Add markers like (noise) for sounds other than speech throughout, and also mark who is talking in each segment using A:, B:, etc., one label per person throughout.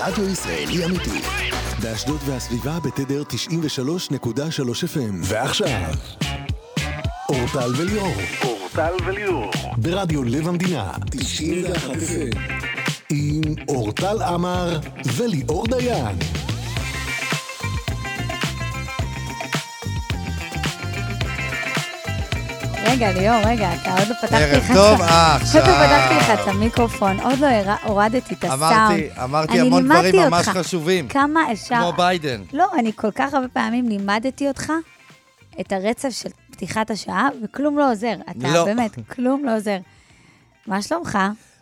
A: רדיו ישראלי אמיתי. באשדוד והסביבה בתדר 93.3 FM. ועכשיו, אורטל וליאור. אורטל וליאור. ברדיו לב המדינה. 91 FM. עם אורטל עמר וליאור דיין.
B: רגע, ליאור, רגע, אתה עוד לא פתחתי
C: ערב
B: לך...
C: טוב, אה,
B: (laughs) עוד לא פתחתי לך את
C: עכשיו.
B: המיקרופון, עוד לא הר- הורדתי את הסאונד.
C: אמרתי, אמרתי
B: אני
C: המון
B: לימדתי
C: דברים ממש
B: אותך.
C: חשובים.
B: כמה אפשר...
C: כמו ביידן.
B: לא, אני כל כך הרבה פעמים לימדתי אותך את הרצף של פתיחת השעה, וכלום לא עוזר. אתה
C: לא.
B: באמת, כלום לא עוזר. מה שלומך?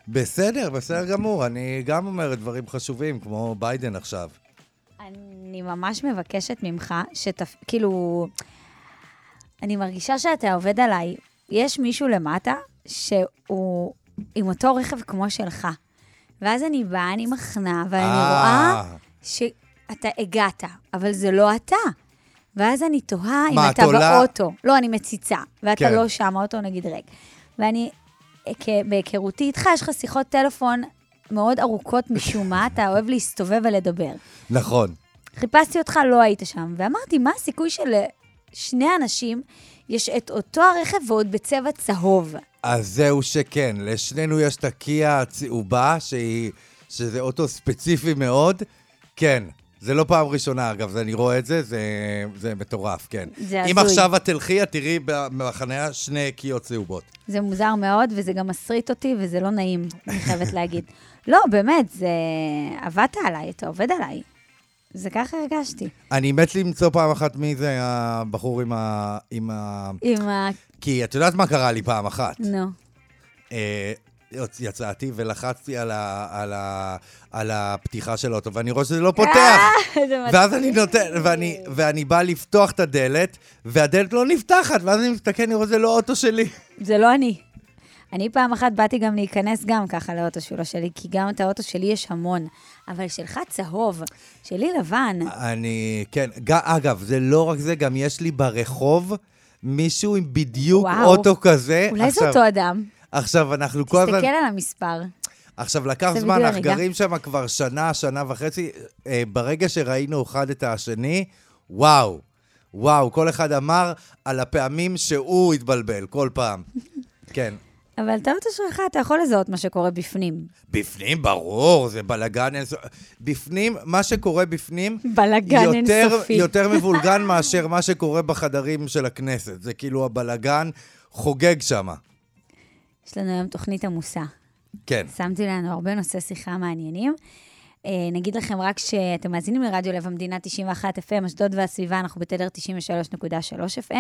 C: בסדר, בסדר גמור, אני גם אומר דברים חשובים, כמו ביידן עכשיו.
B: אני ממש מבקשת ממך, שתפ... כאילו... אני מרגישה שאתה עובד עליי. יש מישהו למטה שהוא עם אותו רכב כמו שלך. ואז אני באה, אני מחנה, ואני
C: אה.
B: רואה שאתה הגעת, אבל זה לא אתה. ואז אני תוהה אם
C: מה,
B: אתה
C: את עולה?
B: באוטו. לא, אני מציצה, ואתה
C: כן.
B: לא שם, האוטו נגיד ריק. ואני, כ- בהיכרותי איתך, יש לך שיחות טלפון מאוד ארוכות משום מה, אתה אוהב להסתובב ולדבר.
C: נכון.
B: חיפשתי אותך, לא היית שם. ואמרתי, מה הסיכוי שלשני אנשים יש את אותו הרכב ועוד בצבע צהוב?
C: אז זהו שכן, לשנינו יש את הקיה הצהובה, שהיא, שזה אוטו ספציפי מאוד. כן, זה לא פעם ראשונה, אגב, אני רואה את זה, זה, זה מטורף, כן.
B: זה
C: אם
B: הזוי.
C: עכשיו את תלכי, את תראי בחניה שני קיות צהובות.
B: זה מוזר מאוד, וזה גם מסריט אותי, וזה לא נעים, אני
C: (laughs)
B: חייבת להגיד. לא, באמת, זה... עבדת עליי, אתה עובד עליי. זה ככה הרגשתי.
C: אני מת למצוא פעם אחת מי זה הבחור עם ה... עם ה...
B: עם ה...
C: כי את יודעת מה קרה לי פעם אחת.
B: נו.
C: אה, יוצ- יצאתי ולחצתי על, ה, על, ה, על הפתיחה של האוטו, ואני רואה שזה לא פותח.
B: אה, זה מצחיק.
C: ואז אני נותן, ואני, ואני בא לפתוח את הדלת, והדלת לא נפתחת, ואז אני מסתכל, אני רואה, זה לא אוטו שלי.
B: זה לא אני. אני פעם אחת באתי גם להיכנס גם ככה לאוטו שלו שלי, כי גם את האוטו שלי יש המון, אבל שלך צהוב, שלי לבן.
C: אה, אני, כן, ג, אגב, זה לא רק זה, גם יש לי ברחוב מישהו עם בדיוק
B: וואו.
C: אוטו כזה.
B: אולי זה
C: עכשיו-
B: אותו אדם.
C: עכשיו, אנחנו כל הזמן...
B: תסתכל על המספר.
C: עכשיו, לקח
B: זה
C: זמן,
B: בדיוק
C: אנחנו
B: הרגע.
C: גרים שם כבר שנה, שנה וחצי. אה, ברגע שראינו אחד את השני, וואו, וואו, כל אחד אמר על הפעמים שהוא התבלבל, כל פעם.
B: (laughs)
C: כן.
B: אבל את האוטו שלך, אתה יכול לזהות מה שקורה בפנים.
C: בפנים, ברור, זה בלאגן אינסופי. בפנים, מה שקורה בפנים,
B: בלגן
C: יותר,
B: אינסופי.
C: יותר
B: (laughs)
C: מבולגן מאשר מה שקורה בחדרים של הכנסת. זה כאילו הבלאגן חוגג שם.
B: יש לנו היום תוכנית עמוסה.
C: כן.
B: שמתי לנו הרבה נושאי שיחה מעניינים. אה, נגיד לכם רק שאתם מאזינים לרדיו לב המדינה 91 FM, אשדוד והסביבה, אנחנו בתדר 93.3 FM.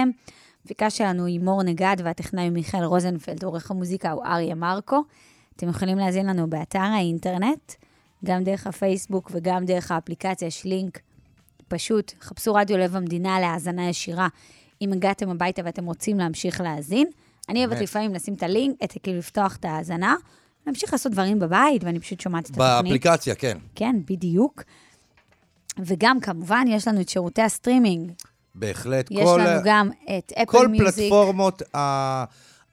B: הפיקה שלנו היא מור נגד והטכנאי הוא מיכאל רוזנפלד, עורך המוזיקה הוא אריה מרקו. אתם יכולים להאזין לנו באתר האינטרנט, גם דרך הפייסבוק וגם דרך האפליקציה, יש לינק פשוט, חפשו רדיו לב המדינה להאזנה ישירה. אם הגעתם הביתה ואתם רוצים להמשיך להאזין, אני אוהבת
C: באמת.
B: לפעמים לשים את הלינק, את, כאילו לפתוח את ההאזנה, להמשיך לעשות דברים בבית, ואני פשוט שומעת את התוכנית.
C: באפליקציה, כן.
B: כן, בדיוק. וגם, כמובן, יש לנו את שירותי הסטרימינג.
C: בהחלט.
B: יש
C: כל-
B: לנו גם את אפל
C: כל
B: מיוזיק,
C: פלטפורמות ה...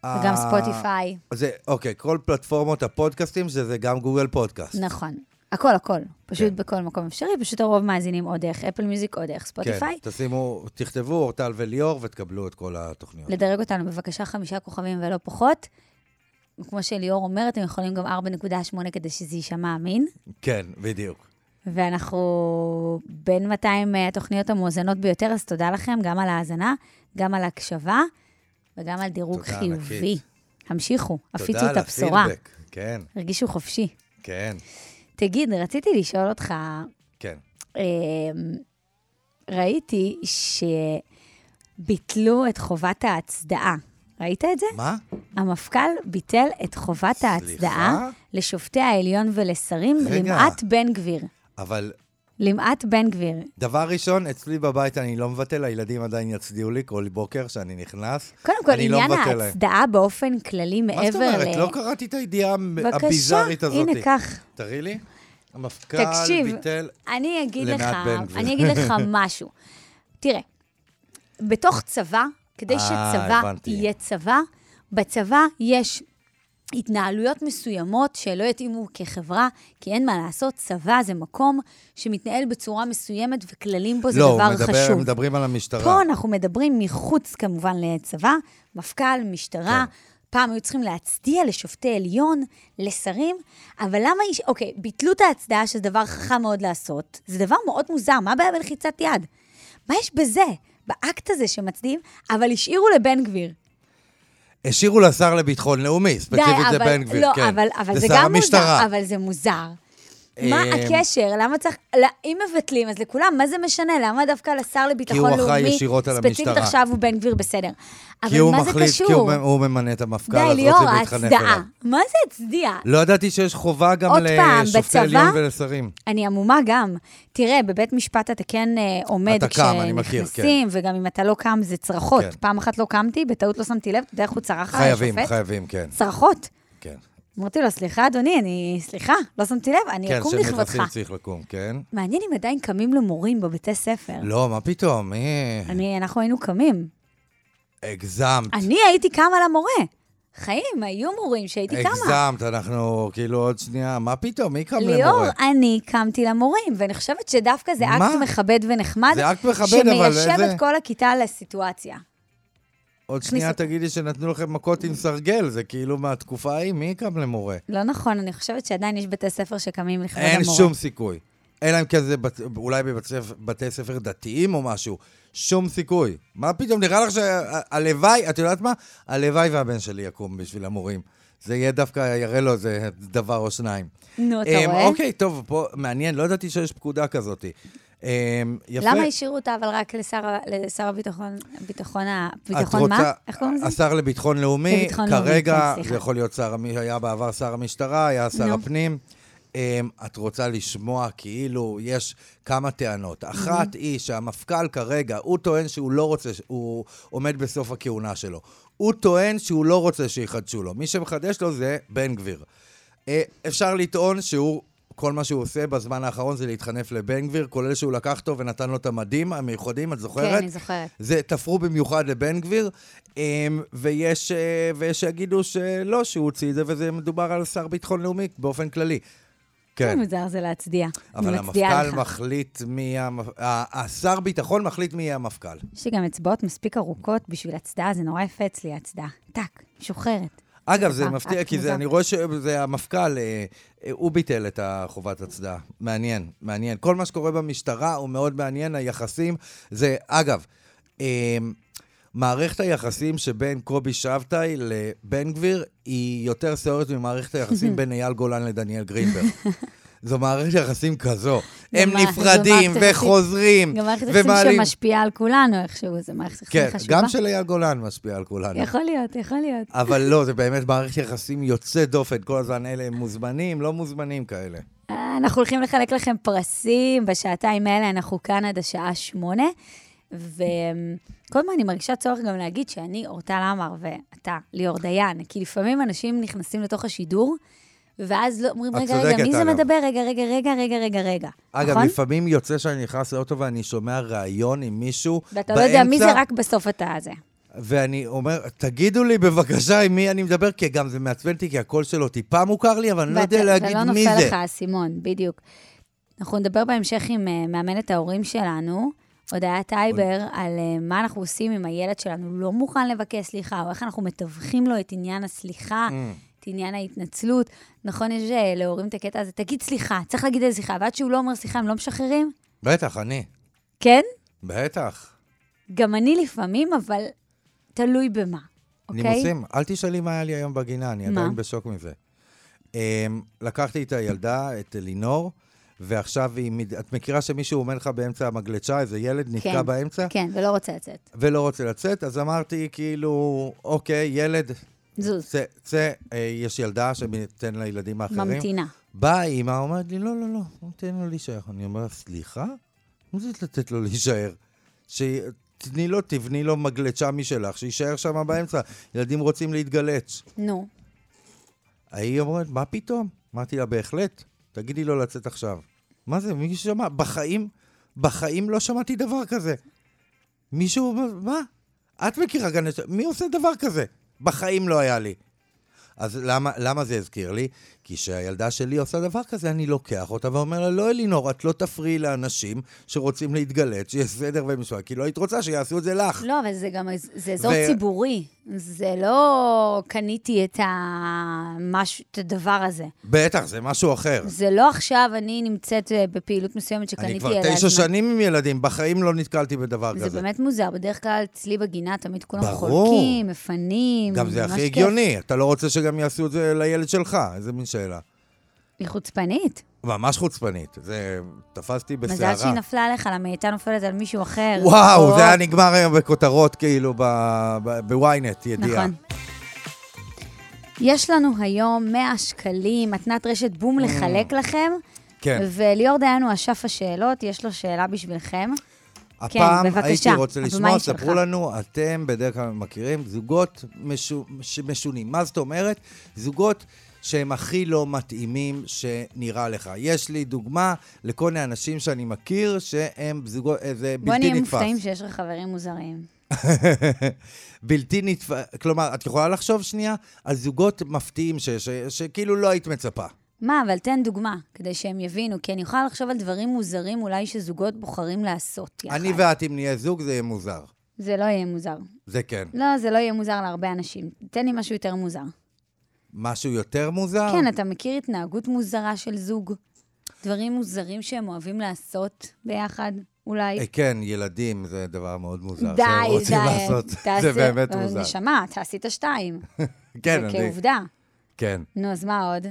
B: וגם
C: ה-
B: ספוטיפיי.
C: זה, אוקיי, כל פלטפורמות הפודקאסטים, שזה גם גוגל פודקאסט.
B: נכון. הכל, הכל. פשוט
C: כן.
B: בכל מקום אפשרי, פשוט הרוב מאזינים או דרך אפל מיוזיק או דרך ספוטיפיי.
C: כן, תשימו, תכתבו אורטל וליאור ותקבלו את כל התוכניות.
B: לדרג אותנו בבקשה חמישה כוכבים ולא פחות. כמו שליאור אומר, אתם יכולים גם 4.8 כדי שזה יישמע אמין.
C: כן, בדיוק.
B: ואנחנו בין 200 אה, התוכניות המואזנות ביותר, אז תודה לכם גם על ההאזנה, גם על ההקשבה וגם על דירוג
C: תודה
B: חיובי.
C: ענקית.
B: המשיכו, הפיצו
C: תודה
B: את
C: על
B: הבשורה.
C: הפידבק. כן,
B: הרגישו חופשי.
C: כן,
B: תגיד, רציתי לשאול אותך,
C: כן.
B: אה, ראיתי שביטלו את חובת ההצדעה. ראית את זה?
C: מה?
B: המפכ"ל ביטל את חובת ההצדעה לשופטי העליון ולשרים
C: רגע.
B: למעט בן גביר.
C: אבל
B: למעט בן גביר.
C: דבר ראשון, אצלי בבית אני לא מבטל, הילדים עדיין יצדיעו לי כל בוקר שאני נכנס.
B: קודם כל,
C: אני לא
B: עניין
C: מבטל להם.
B: ההצדעה באופן כללי מעבר ל...
C: מה זאת אומרת? לא קראתי את הידיעה הביזארית הזאת.
B: בבקשה, הנה, קח.
C: תראי לי. המפכ"ל
B: תקשיב,
C: ביטל...
B: אני אגיד
C: למעט
B: לך,
C: בן גביר.
B: אני אגיד
C: (laughs)
B: לך משהו. תראה, בתוך צבא, כדי
C: אה,
B: שצבא
C: הבנתי.
B: יהיה צבא, בצבא יש התנהלויות מסוימות שלא יתאימו כחברה, כי אין מה לעשות, צבא זה מקום שמתנהל בצורה מסוימת וכללים בו זה
C: לא,
B: דבר
C: הוא מדבר,
B: חשוב.
C: הם מדברים על המשטרה.
B: פה אנחנו מדברים מחוץ כמובן לצבא, מפכ"ל, משטרה.
C: כן.
B: פעם היו צריכים להצדיע לשופטי עליון, לשרים, אבל למה איש... אוקיי, ביטלו את ההצדעה, שזה דבר חכם מאוד לעשות. זה דבר מאוד מוזר, מה הבעיה בלחיצת יד? מה יש בזה, באקט הזה שמצדיעים, אבל השאירו לבן גביר.
C: השאירו לשר לביטחון לאומי, ספציפית
B: די,
C: זה
B: אבל-
C: בן גביר,
B: לא,
C: כן.
B: אבל, אבל זה
C: לשר
B: גם
C: המשטרה.
B: מוזר, אבל זה מוזר. מה
C: אמ,
B: הקשר? למה צריך... לא, אם מבטלים, אז לכולם, מה זה משנה? למה דווקא לשר לביטחון
C: הוא
B: לאומי,
C: אחראי ישירות על
B: ספציפית
C: המשטרה.
B: עכשיו הוא בן גביר בסדר.
C: כי
B: אבל
C: הוא
B: מה זה
C: מחליט, כי
B: קשור?
C: הוא, הוא ממנה את המפכ"ל, אז
B: די,
C: רוצים
B: ליאור,
C: להתחנף אליו.
B: ההצדעה. מה זה הצדיע?
C: לא ידעתי שיש חובה גם
B: עוד פעם,
C: לשופטי
B: בצבא-
C: עליון ולשרים.
B: אני עמומה גם. תראה, בבית משפט אתה כן אה, עומד
C: אתה קם, אני מכיר,
B: כשנכנסים, וגם אם אתה לא קם, זה צרחות.
C: כן.
B: פעם אחת לא קמתי, בטעות לא שמתי לב, אתה יודע איך הוא צרח על השופט?
C: חייבים, חייבים, כן.
B: צרחות.
C: כן,
B: אמרתי לו, סליחה, אדוני, אני... סליחה, לא שמתי לב, אני
C: כן,
B: אקום לכבודך.
C: שנכנסים צריך לקום, כן?
B: מעניין אם עדיין קמים למורים בבתי ספר.
C: לא, מה פתאום, אה,
B: כן. אני, אנחנו היינו קמים.
C: הגזמת.
B: אני הייתי קמה למורה. חיים, היו מורים שהייתי קמה.
C: הגזמת, אנחנו כאילו עוד שנייה, מה פתאום, מי קם
B: ליאור,
C: למורה?
B: אני קמתי למורים, ואני חושבת שדווקא זה אקט
C: מה?
B: מכבד ונחמד.
C: זה אקט מכבד, אבל
B: שמיישב
C: איזה-
B: את כל הכיתה לסיטואציה.
C: עוד שנייה
B: הכניסו-
C: תגידי שנתנו לכם מכות עם סרגל, זה כאילו מהתקופה ההיא, מי קם למורה?
B: לא נכון, אני חושבת שעדיין יש בתי ספר שקמים לכבוד המורה.
C: אין שום סיכוי. אלא אם כן זה בת- אולי בבתי ספר- בתי ספר דתיים או משהו. שום סיכוי. מה פתאום, נראה לך שהלוואי, את יודעת מה? הלוואי והבן שלי יקום בשביל המורים. זה יהיה דווקא, יראה לו איזה דבר או שניים.
B: נו, אתה
C: אמ,
B: רואה?
C: אוקיי, טוב, פה מעניין, לא ידעתי שיש פקודה כזאת. אמ, יפה.
B: למה השאירו אותה אבל רק לשר ה- לשר הביטחון, ביטחון ה... ביטחון
C: את
B: מה?
C: רוצה-
B: איך קוראים לזה?
C: השר לביטחון לאומי,
B: לביטחון לאומי,
C: כרגע,
B: כן, סליחה.
C: זה יכול להיות שר, המ- היה בעבר שר המשטרה, היה שר
B: נו.
C: הפנים. אמ, את רוצה לשמוע כאילו יש כמה טענות. אחת היא שהמפכ"ל כרגע, הוא טוען שהוא לא רוצה, ש- הוא עומד בסוף הכהונה שלו. הוא טוען שהוא לא רוצה שיחדשו לו. מי שמחדש לו זה בן גביר. אה, אפשר לטעון שהוא, כל מה שהוא עושה בזמן האחרון זה להתחנף לבן גביר, כולל שהוא לקח אותו ונתן לו את המדים המיוחדים, את זוכרת?
B: כן, אני זוכרת.
C: זה תפרו במיוחד לבן גביר, אמ, ויש, אה, ויש שיגידו שלא, שהוא הוציא את זה, וזה מדובר על שר ביטחון לאומי באופן כללי. כן,
B: איזה מוזר זה להצדיע.
C: אבל
B: אני מצדיעה
C: המפכ"ל
B: לך.
C: מחליט מי... המפ- ה- השר ביטחון מחליט מי יהיה המפכ"ל.
B: יש לי גם אצבעות מספיק ארוכות בשביל הצדעה, זה נורא הפץ לי ההצדעה. טק, משוחררת.
C: אגב, זה
B: דבר,
C: מפתיע,
B: אקט
C: כי זה,
B: מוזר.
C: אני רואה שזה המפכ"ל, אה, אה, הוא ביטל את החובת הצדעה. מעניין, מעניין. כל מה שקורה במשטרה הוא מאוד מעניין, היחסים. זה, אגב, אה, מערכת היחסים שבין קובי שבתאי לבן גביר היא יותר סוערת
B: (laughs)
C: ממערכת היחסים בין אייל גולן לדניאל גרינברג. זו מערכת יחסים כזו.
B: גם
C: הם
B: מערכת-
C: נפרדים
B: גם מערכת יחסים-
C: וחוזרים
B: גם מערכת יחסים
C: ומעלים...
B: שמשפיעה על כולנו איכשהו, זה מערכת יחסים
C: כן,
B: חשובה.
C: גם של אייל גולן משפיע על כולנו.
B: יכול להיות, יכול להיות.
C: אבל לא, זה באמת מערכת יחסים יוצאת דופן. כל הזמן אלה הם מוזמנים, לא מוזמנים כאלה.
B: אה, אנחנו הולכים לחלק לכם פרסים, בשעתיים האלה אנחנו כאן עד השעה שמונה, וכל הזמן אני מרגישה צורך גם להגיד שאני אורטל עמר ואתה ליאור דיין, כי לפעמים אנשים נכנסים לתוך השידור, ואז לא, אומרים,
C: את
B: רגע, רגע,
C: צודקת,
B: מי זה
C: אגב.
B: מדבר? רגע, רגע, רגע, רגע, רגע, רגע.
C: אגב,
B: נכון?
C: לפעמים יוצא שאני נכנס לאוטו ואני שומע ראיון עם מישהו
B: ואתה לא יודע מי זה, רק בסוף אתה זה.
C: ואני אומר, תגידו לי בבקשה עם מי אני מדבר, כי גם זה מעצבן אותי, כי הקול שלו טיפה מוכר לי, אבל אני לא יודע
B: ואתה-
C: להגיד
B: ולא
C: מי
B: נופל
C: זה.
B: לך האסימון, בדיוק. אנחנו נדבר בהמשך עם אה, מאמנת ההורים שלנו, הודיה טייבר, על אה, מה אנחנו עושים אם הילד שלנו לא מוכן לבקש סליחה, או איך אנחנו מתווכים לו את עניין הסליחה,
C: Mm.
B: את עניין ההתנצלות. נכון, יש אה, להורים את הקטע הזה, תגיד סליחה, צריך להגיד איזה סליחה, ועד שהוא לא אומר סליחה, הם לא משחררים?
C: בטח, אני.
B: כן?
C: בטח.
B: גם אני לפעמים, אבל תלוי במה, אוקיי?
C: נימוסים, אל תשאלי מה היה לי היום בגינה, אני
B: מה?
C: עדיין בשוק מזה. אמ, לקחתי את הילדה, את לינור, ועכשיו היא... מד- את מכירה שמישהו עומד לך באמצע המגלשה, איזה ילד נתקע
B: כן,
C: באמצע,
B: כן, ולא רוצה לצאת.
C: ולא רוצה לצאת, אז אמרתי, כאילו, אוקיי, ילד,
B: זוז,
C: צא, צא, אה, יש ילדה שתיתן לילדים האחרים.
B: ממתינה.
C: באה האימא, אומרת לי, לא, לא, לא, תן לו להישאר. אני אומר, סליחה? מה זה לתת לו להישאר? שתני לו, תבני לו מגלצ'ה משלך, שיישאר שם באמצע. ילדים רוצים להתגלץ.
B: נו,
C: ההיא אומרת, מה פתאום? אמרתי לה, בהחלט, תגידי לו לצאת עכשיו. מה זה, מי שמע? בחיים, בחיים לא שמעתי דבר כזה. מישהו, אומר, מה? את מכירה גן... מי עושה דבר כזה? בחיים לא היה לי. אז למה, למה זה הזכיר לי? כי כשהילדה שלי עושה דבר כזה, אני לוקח אותה ואומר לה, לא, אלינור, את לא תפריעי לאנשים שרוצים להתגלת, שיש סדר ומשפט, כי לא היית רוצה שיעשו את זה לך.
B: לא, אבל זה גם, זה אזור
C: ו-
B: ציבורי. זה לא קניתי את, המש... את הדבר הזה.
C: בטח, זה משהו אחר.
B: זה לא עכשיו אני נמצאת אה, בפעילות מסוימת שקניתי
C: אני
B: אליה
C: כבר
B: זמן.
C: תשע שנים עם ילדים, בחיים לא נתקלתי בדבר
B: זה
C: כזה.
B: באמת מוזר, בדרך כלל אצלי בגינה תמיד כולם
C: ברור.
B: חולקים, מפנים,
C: גם זה
B: ממש
C: הכי
B: כיף.
C: הגיוני, אתה לא רוצה שגם יעשו את זה לילד שלך, איזה מין שאלה.
B: היא חוצפנית.
C: ממש חוצפנית, זה... תפסתי בסערה.
B: מזל שהיא נפלה עליך, למה היא הייתה נופלת על מישהו אחר.
C: וואו,
B: או-
C: זה היה נגמר היום בכותרות, כאילו, ב- ב- בוויינט, ידיעה.
B: נכון. יש לנו היום 100 שקלים, מתנת רשת בום
C: Mm.
B: לחלק לכם.
C: כן.
B: וליאור דיין הוא אשף השאלות, יש לו שאלה בשבילכם. כן,
C: הפעם
B: בבקשה,
C: הייתי רוצה
B: הבמה
C: לשמוע,
B: היא
C: ספרו
B: שלך.
C: לנו, אתם בדרך כלל מכירים, זוגות משו- ש- משונים. מה זאת אומרת? זוגות שהם הכי לא מתאימים שנראה לך. יש לי דוגמה לכל מיני אנשים שאני מכיר, שהם זוגות, אה, זה
B: בוא
C: בלתי
B: נהיה
C: נתפס.
B: מופתעים שיש לך חברים מוזרים.
C: בלתי נתפס, כלומר, את יכולה לחשוב שנייה על זוגות מפתיעים ש- ש- שכאילו לא היית מצפה.
B: מה, אבל תן דוגמה, כדי שהם יבינו, כי אני יכולה לחשוב על דברים מוזרים אולי שזוגות בוחרים לעשות יחד.
C: אני ואת, אם נהיה זוג, זה יהיה מוזר.
B: זה לא יהיה מוזר.
C: זה כן.
B: לא, זה לא יהיה מוזר להרבה אנשים. תן לי משהו יותר מוזר.
C: משהו יותר מוזר?
B: כן, אתה מכיר התנהגות מוזרה של זוג? דברים מוזרים שהם אוהבים לעשות ביחד, אולי?
C: אה, כן, ילדים זה דבר מאוד מוזר.
B: די,
C: שהם רוצים
B: די,
C: לעשות.
B: תעשי-
C: זה באמת
B: אבל
C: מוזר.
B: נשמה, אתה עשית שתיים.
C: כן,
B: זה
C: אני...
B: כעובדה.
C: כן.
B: נו, אז מה עוד?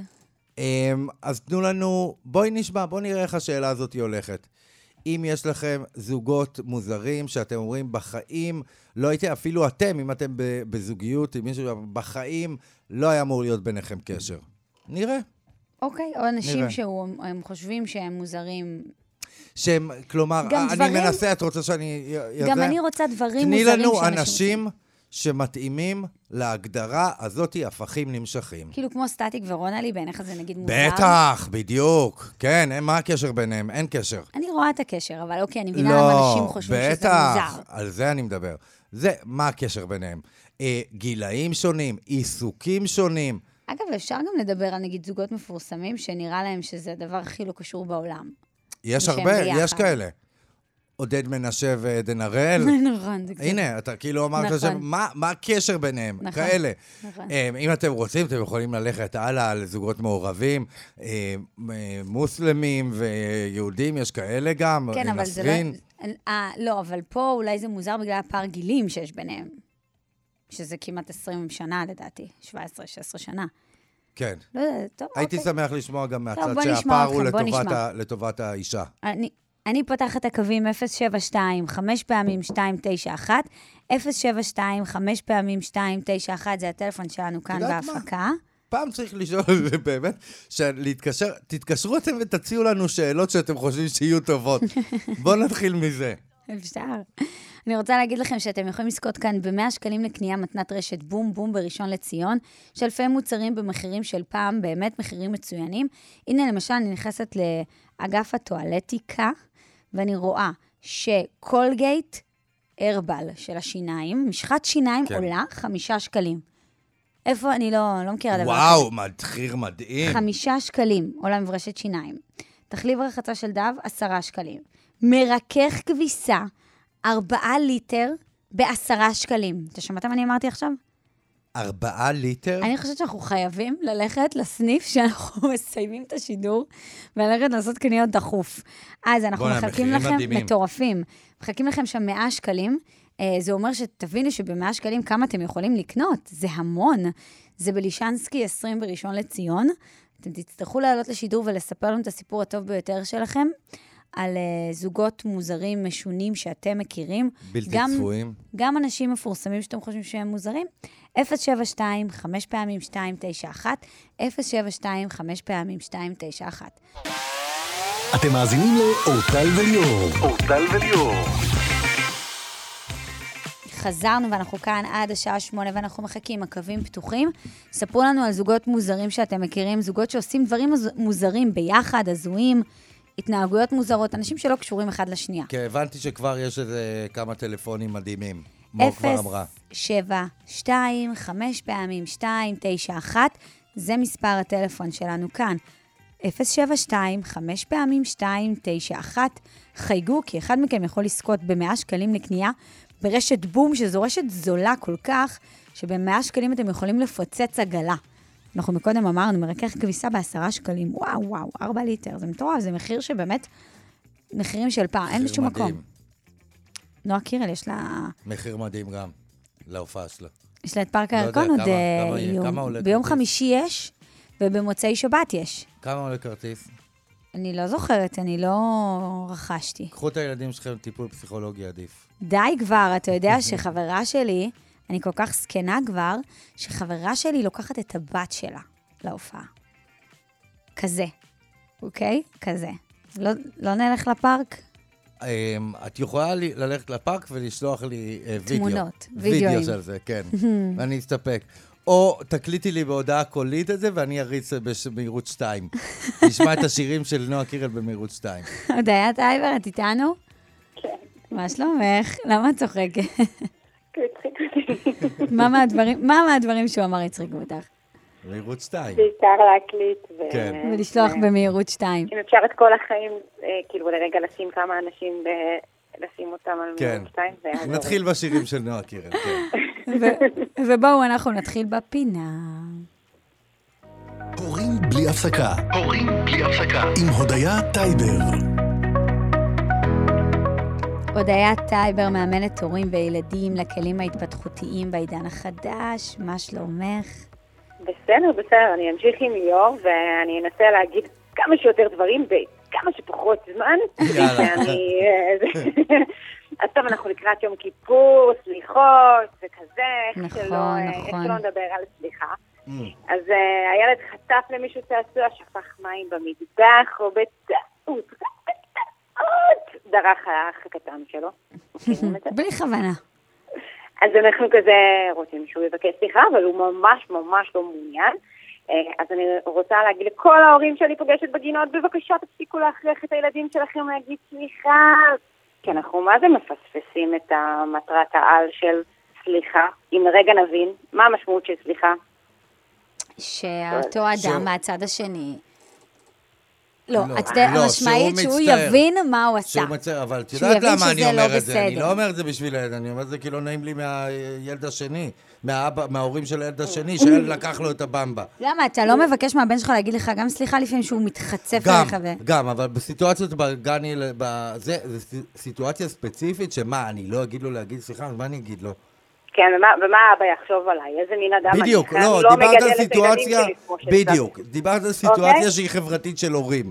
C: אמ, אז תנו לנו, בואי נשמע, בואי נראה איך השאלה הזאת הולכת. אם יש לכם זוגות מוזרים שאתם אומרים בחיים, לא הייתם, אפילו אתם, אם אתם ב- בזוגיות עם מישהו, בחיים לא היה אמור להיות ביניכם קשר. נראה.
B: אוקיי, או אנשים
C: נראה.
B: שהם חושבים שהם מוזרים.
C: שהם, כלומר,
B: גם
C: אני
B: דברים-
C: מנסה, את רוצה שאני...
B: גם אני רוצה דברים
C: תני
B: מוזרים שאנשים...
C: לנו
B: עושים.
C: אנשים שמתאימים להגדרה הזאתי, הפכים נמשכים.
B: כאילו כמו סטטיק ורונלי, בעיניך זה נגיד מוזר.
C: בטח, בדיוק. כן, אין- מה הקשר ביניהם? אין קשר.
B: אני רואה את הקשר, אבל אוקיי, אני מבינה למה
C: לא,
B: אנשים חושבים שזה
C: בטח,
B: מוזר.
C: על זה אני מדבר. זה, מה הקשר ביניהם? אה, גילאים שונים, עיסוקים שונים.
B: אגב, אפשר גם לדבר על נגיד זוגות מפורסמים, שנראה להם שזה הדבר הכי לא קשור בעולם.
C: יש
B: ושהם
C: הרבה,
B: ביחד.
C: יש כאלה. עודד מנשה
B: (laughs)
C: ודנארל.
B: נכון, זה קצת...
C: כן. הנה, אתה כאילו אמרת,
B: נכון.
C: שם, מה מה הקשר ביניהם?
B: נכון,
C: כאלה.
B: נכון.
C: אמ, אם אתם רוצים, אתם יכולים ללכת הלאה על זוגות מעורבים, אמ, אה, מוסלמים ויהודים, יש כאלה גם,
B: כן, אבל זה לא...
C: נסרין.
B: אה, לא, אבל פה אולי זה מוזר בגלל הפער גילים שיש
C: (laughs)
B: ביניהם. שזה כמעט 20 שנה, לדעתי. 17-16 שנה.
C: כן.
B: לא יודעת, טוב,
C: הייתי
B: אוקיי.
C: שמח לשמוע גם
B: טוב,
C: מהצד
B: בוא נשמע
C: שהפער הוא
B: אתכם, בוא
C: לטובת
B: נשמע.
C: ה- לטובת האישה.
B: אני, אני פותחת הקווים 072, 5 פעמים 291, 072, 5 פעמים 291, זה הטלפון שלנו כאן
C: יודעת מה?
B: בהפקה.
C: פעם צריך לשאול, (laughs) זה באמת, להתקשר, תתקשרו אתם ותציעו לנו שאלות שאתם חושבים שיהיו
B: (laughs)
C: טובות. בואו נתחיל מזה.
B: אפשר. אני רוצה להגיד לכם שאתם יכולים לזכות כאן ב-100 שקלים לקנייה מתנת רשת בום בום בראשון לציון, שאלפי מוצרים במחירים של פעם, באמת מחירים מצוינים. הנה, למשל, אני נכנסת לאגף הטואלטיקה, ואני רואה שקולגייט הרבל של השיניים, משחת שיניים
C: כן.
B: כן. עולה חמישה שקלים. איפה? אני לא, לא מכירה דבר
C: וואו, מחיר מדהים.
B: חמישה שקלים עולה מברשת שיניים. תחליב רחצה של דב, עשרה שקלים. מרכך כביסה, ארבעה ליטר בעשרה שקלים. אתה שמעת מה אני אמרתי עכשיו?
C: ארבעה ליטר?
B: אני חושבת שאנחנו חייבים ללכת לסניף שאנחנו (laughs) מסיימים את השידור, וללכת לעשות קניות דחוף. אז אנחנו
C: בואנה,
B: מחכים
C: מחירים
B: לכם,
C: מדהימים.
B: מטורפים, מחכים לכם שם 100 שקלים. אה, זה אומר שתבינו שב-100 שקלים כמה אתם יכולים לקנות, זה המון. זה בלישנסקי 20 בראשון לציון. אתם תצטרכו לעלות לשידור ולספר לנו את הסיפור הטוב ביותר שלכם. על אה, זוגות מוזרים, משונים, שאתם מכירים.
C: בלתי
B: גם-
C: צפויים.
B: גם אנשים מפורסמים שאתם חושבים שהם מוזרים, 072, 5 פעמים 291, 072, 5 פעמים 291.
A: אתם מאזינים לאורטל וליאור. אורטל וליאור.
B: חזרנו ואנחנו כאן עד השעה שמונה ואנחנו מחכים, הקווים פתוחים. ספרו לנו על זוגות מוזרים שאתם מכירים, זוגות שעושים דברים מוז- מוזרים ביחד, הזויים, התנהגויות מוזרות, אנשים שלא קשורים אחד לשנייה.
C: כי הבנתי שכבר יש איזה כמה טלפונים מדהימים. מור כבר אמרה.
B: 0, 7, 2, 5 פעמים, 2, 9, 1, זה מספר הטלפון שלנו כאן. 072, 5 פעמים, 2, 9, 1, חייגו, כי אחד מכם יכול לזכות ב-100 שקלים לקנייה ברשת בום, שזו רשת זולה כל כך, שב-100 שקלים אתם יכולים לפוצץ עגלה. אנחנו מקודם אמרנו, מרכך כביסה בעשרה שקלים, וואו, וואו, 4 ליטר, זה מטורף, זה מחיר שבאמת, מחירים של פעם, אין
C: מחיר
B: בשום
C: מדהים.
B: מקום. נועה קירל, יש לה...
C: מחיר מדהים גם, להופעה שלה.
B: יש לה את פארק
C: לא יודע,
B: הירקון עוד
C: כמה-
B: אה,
C: כמה יהיה?
B: יום.
C: כמה עולה
B: ביום
C: כרטיס?
B: חמישי יש, ובמוצאי שבת יש.
C: כמה עולה כרטיס?
B: אני לא זוכרת, אני לא רכשתי.
C: קחו את הילדים שלכם לטיפול פסיכולוגי עדיף.
B: די כבר, אתה
C: (laughs)
B: יודע שחברה שלי, אני כל כך זקנה כבר, שחברה שלי לוקחת את הבת שלה להופעה. כזה, אוקיי? כזה. לא, לא נלך לפארק? (laughs)
C: אמ, את יכולה לי- ללכת לפארק ולשלוח לי אה, וידאו.
B: תמונות,
C: וידאו
B: וידאוים.
C: של זה,
B: (laughs)
C: כן. אני אסתפק. או תקליטי לי בהודעה קולית את זה, ואני אריץ במהירות
B: (laughs)
C: 2. נשמע את השירים של נועה קירל במהירות 2.
B: הודיית אייבר, את איתנו? מה שלומך? למה את צוחקת? (laughs)
D: הוא הצחיק אותי.
B: מה מהדברים- מה מהדברים שהוא אמר הצחיקו אותך?
C: מהירות 2. (laughs)
D: בעיקר להקליט. ו-
C: כן.
B: ולשלוח
D: ו-
B: במהירות שתיים.
D: אם אפשר את כל החיים, אה, כאילו לרגע לשים כמה אנשים, ב- לשים אותם על
C: כן.
D: מיליון שתיים. זה יעזור.
C: נתחיל בשירים של נועה קירל, כן.
B: ו- ובואו, אנחנו נתחיל בפינה.
A: הורים בלי הפסקה. הורים בלי הפסקה. עם הודיה טייבר.
B: הודיה טייבר, מאמנת הורים וילדים לכלים ההתפתחותיים בעידן החדש, מה שלומך?
D: בסדר, בסדר, אני אמשיך עם ליאור, ואני אנסה להגיד כמה שיותר דברים בכמה שפחות זמן.
C: יאללה.
D: שאני, אה, (laughs) זה- אז טוב, אנחנו לקראת יום כיפור, סליחות וכזה, איך
B: נכון,
D: שלא אה, איך
B: נכון.
D: שלא נדבר על סליחה. אז אה, הילד חטף למישהו צעצוע, שפך מים במטבח, או בטעות, בטעות, דרך האח הקטן שלו.
B: (laughs)
D: מכירים את זה?
B: בלי כוונה.
D: אז אנחנו כזה רוצים שהוא יבקש סליחה, אבל הוא ממש ממש לא מעוניין. אה, אז אני רוצה להגיד לכל ההורים שאני פוגשת בגינות, בבקשה תפסיקו להכריח את הילדים שלכם להגיד סליחה. כי אנחנו מה זה מפספסים את המטרת העל של סליחה, אם רגע נבין מה המשמעות של סליחה.
B: שאותו
C: שהוא-
B: אדם מהצד השני... לא,
C: לא,
B: את יודעת,
C: לא,
B: המשמעית
C: שהוא
B: שהוא
C: מצטער.
B: יבין מה הוא עשה.
C: שהוא מצר, אבל את
B: שהוא
C: יודעת
B: יבין
C: למה אני
B: שזה
C: אומר
B: לא
C: את זה. אני
B: בסדר.
C: לא אומר את זה בשביל הילד, אני אומר את זה כי לא נעים לי מהילד השני, מהאבא- מההורים של הילד
B: (laughs)
C: השני, שהילד לקח לו את הבמבה.
B: למה, אתה לא מבקש מהבן שלך להגיד לך גם סליחה לפעמים שהוא מתחצף
C: גם,
B: עליך ו...
C: גם, אבל בסיטואציות בגן ילד, ב- זה, זו ס- סיטואציה ספציפית שמה, אני לא אגיד לו להגיד סליחה, אז מה אני אגיד לו?
D: כן, ומה, ומה האבא יחשוב עליי? איזה מין אדם אני?
C: בדיוק,
D: אני
C: לא, דיברת
D: מגדל
C: על
D: את הילדים
C: סיטואציה,
D: שלי כמו שצריך.
C: בדיוק, דיברת על סיטואציה
D: אוקיי.
C: שהיא חברתית של הורים.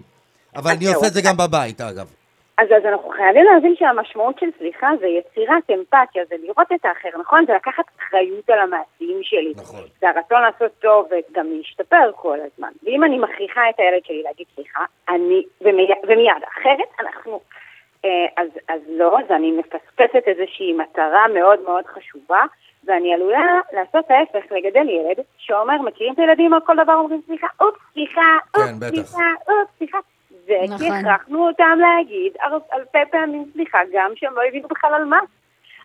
C: אבל
D: אז
C: אני עושה
D: זהו,
C: את זה גם בבית, אגב.
D: אז, אז אנחנו חייבים להבין שהמשמעות של סליחה זה יצירת אמפתיה, זה לראות את האחר, נכון? זה לקחת אחריות על המעשים שלי.
C: נכון.
D: זה הרצון לעשות טוב וגם להשתפר כל הזמן. ואם אני מכריחה את הילד שלי להגיד סליחה, אני, ומיד, ומיד אחרת אנחנו... אה, אז, אז לא, אז אני מפספסת איזושהי מטרה מאוד מאוד חשובה, ואני עלולה לעשות ההפך, לגדל ילד שאומר, מכירים את הילדים על כל דבר, אומרים סליחה, אופס, סליחה, אופס,
C: כן, בטח.
D: סליחה, אופס, סליחה. זה
B: נכון.
D: כי הכרחנו אותם להגיד אל- אלפי פעמים סליחה, גם שהם לא הבינו בכלל על מה.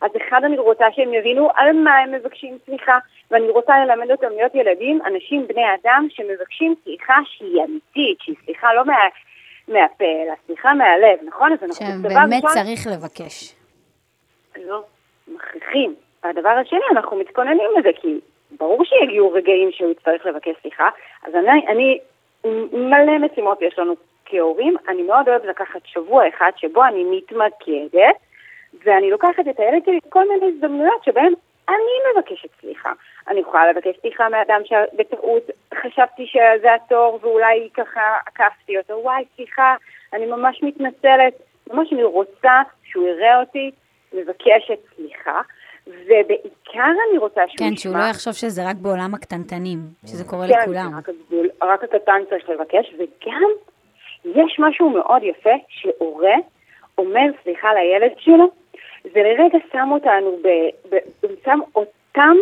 D: אז אחד, אני רוצה שהם יבינו על מה הם מבקשים סליחה, ואני רוצה ללמד אותם להיות ילדים, אנשים בני אדם שמבקשים סליחה שהיא אמיתית, שהיא סליחה לא מה, מהפה, אלא סליחה מהלב, נכון? אז אנחנו דבר
B: שבאמת
D: ראשון-
B: צריך לבקש.
D: לא מכריחים. הדבר השני, אנחנו מתכוננים לזה, כי ברור שיגיעו רגעים שהוא יצטרך לבקש סליחה, אז אני, אני מלא משימות יש לנו כהורים, אני מאוד אוהבת לקחת שבוע אחד שבו אני מתמקדת, ואני לוקחת את הילד שלי לכל מיני הזדמנויות שבהן אני מבקשת סליחה. אני יכולה לבקש סליחה מאדם שבטעות חשבתי שזה התור ואולי ככה עקפתי אותו, וואי, סליחה, אני ממש מתנצלת. ממש אני רוצה שהוא יראה אותי, מבקשת סליחה, ובעיקר אני רוצה שהוא ישמע...
B: כן, שהוא לא יחשוב שזה רק בעולם הקטנטנים, שזה קורה
D: כן,
B: לכולם.
D: רק הגדול- רק הקטן צריך לבקש, וגם יש משהו מאוד יפה שהורה אומר סליחה לילד שלו, ולרגע שם אותנו, ב, ב, הוא שם אותם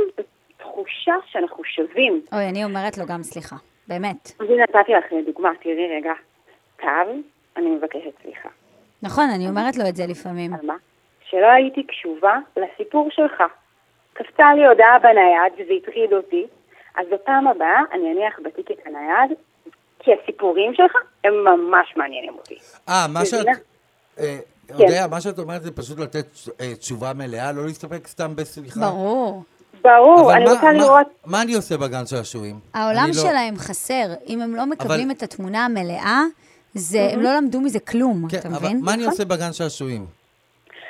D: בתחושה שאנחנו שווים.
B: אוי, אני אומרת לו גם סליחה. באמת.
D: אז הנה נתתי לכם דוגמה, תראי רגע, טל, אני מבקשת סליחה.
B: נכון, אני אומרת לו את זה לפעמים.
D: על מה? שלא הייתי קשובה לסיפור שלך. קפצה לי הודעה בנייד, וזה הטריד אותי, אז בפעם הבאה אני אניח בתיק את הנייד, כי הסיפורים שלך הם ממש מעניינים אותי.
C: אה, מה שאת...
D: מבינה?
C: אה,
D: כן.
C: יודע, מה שאת אומרת זה פשוט לתת אה, תשובה מלאה, לא להסתפק סתם בשיחה.
B: ברור.
D: ברור,
C: אבל
D: אני
C: מה-
D: רוצה
C: מה-
D: לראות...
C: מה אני עושה בגן שעשועים?
B: העולם
C: אני לא-
B: שלהם חסר. אם הם לא מקבלים את התמונה המלאה, זה, הם לא למדו מזה כלום,
C: כן,
B: אתה
C: אבל
B: מבין?
C: מה אני
B: נכון?
C: עושה בגן שעשועים?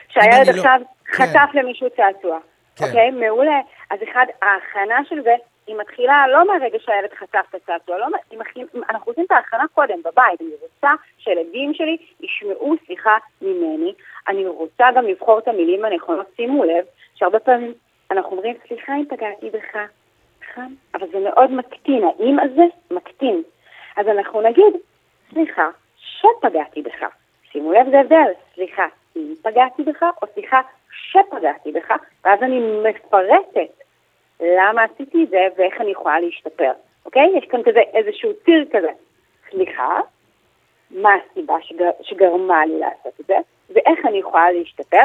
D: שהילד
C: אני לא-
D: עכשיו
C: כן.
D: חטף למישהו צעצוע.
C: כן.
D: אוקיי, מעולה. אז אחד, ההכנה של זה, היא מתחילה לא מהרגע שהילד חטף את הצעצוע, לא, מה- היא מתחיל, אנחנו עושים את ההכנה קודם בבית. אני רוצה שהילדים שלי ישמעו שיחה ממני. אני רוצה גם לבחור את המילים הנכונות. שימו לב שהרבה פעמים אנחנו אומרים, סליחה אם פגעתי בך, סליחה, נכון. אבל זה מאוד מקטין, האם הזה מקטין. אז אנחנו נגיד, סליחה שפגעתי בך. שימו לב, זה הבדל, סליחה אם פגעתי בך, או סליחה שפגעתי בך, ואז אני מפרטת למה עשיתי את זה ואיך אני יכולה להשתפר, אוקיי? יש כאן כזה איזשהו ציר כזה. סליחה, מה הסיבה שגר, שגרמה לי לעשות את זה, ואיך אני יכולה להשתפר,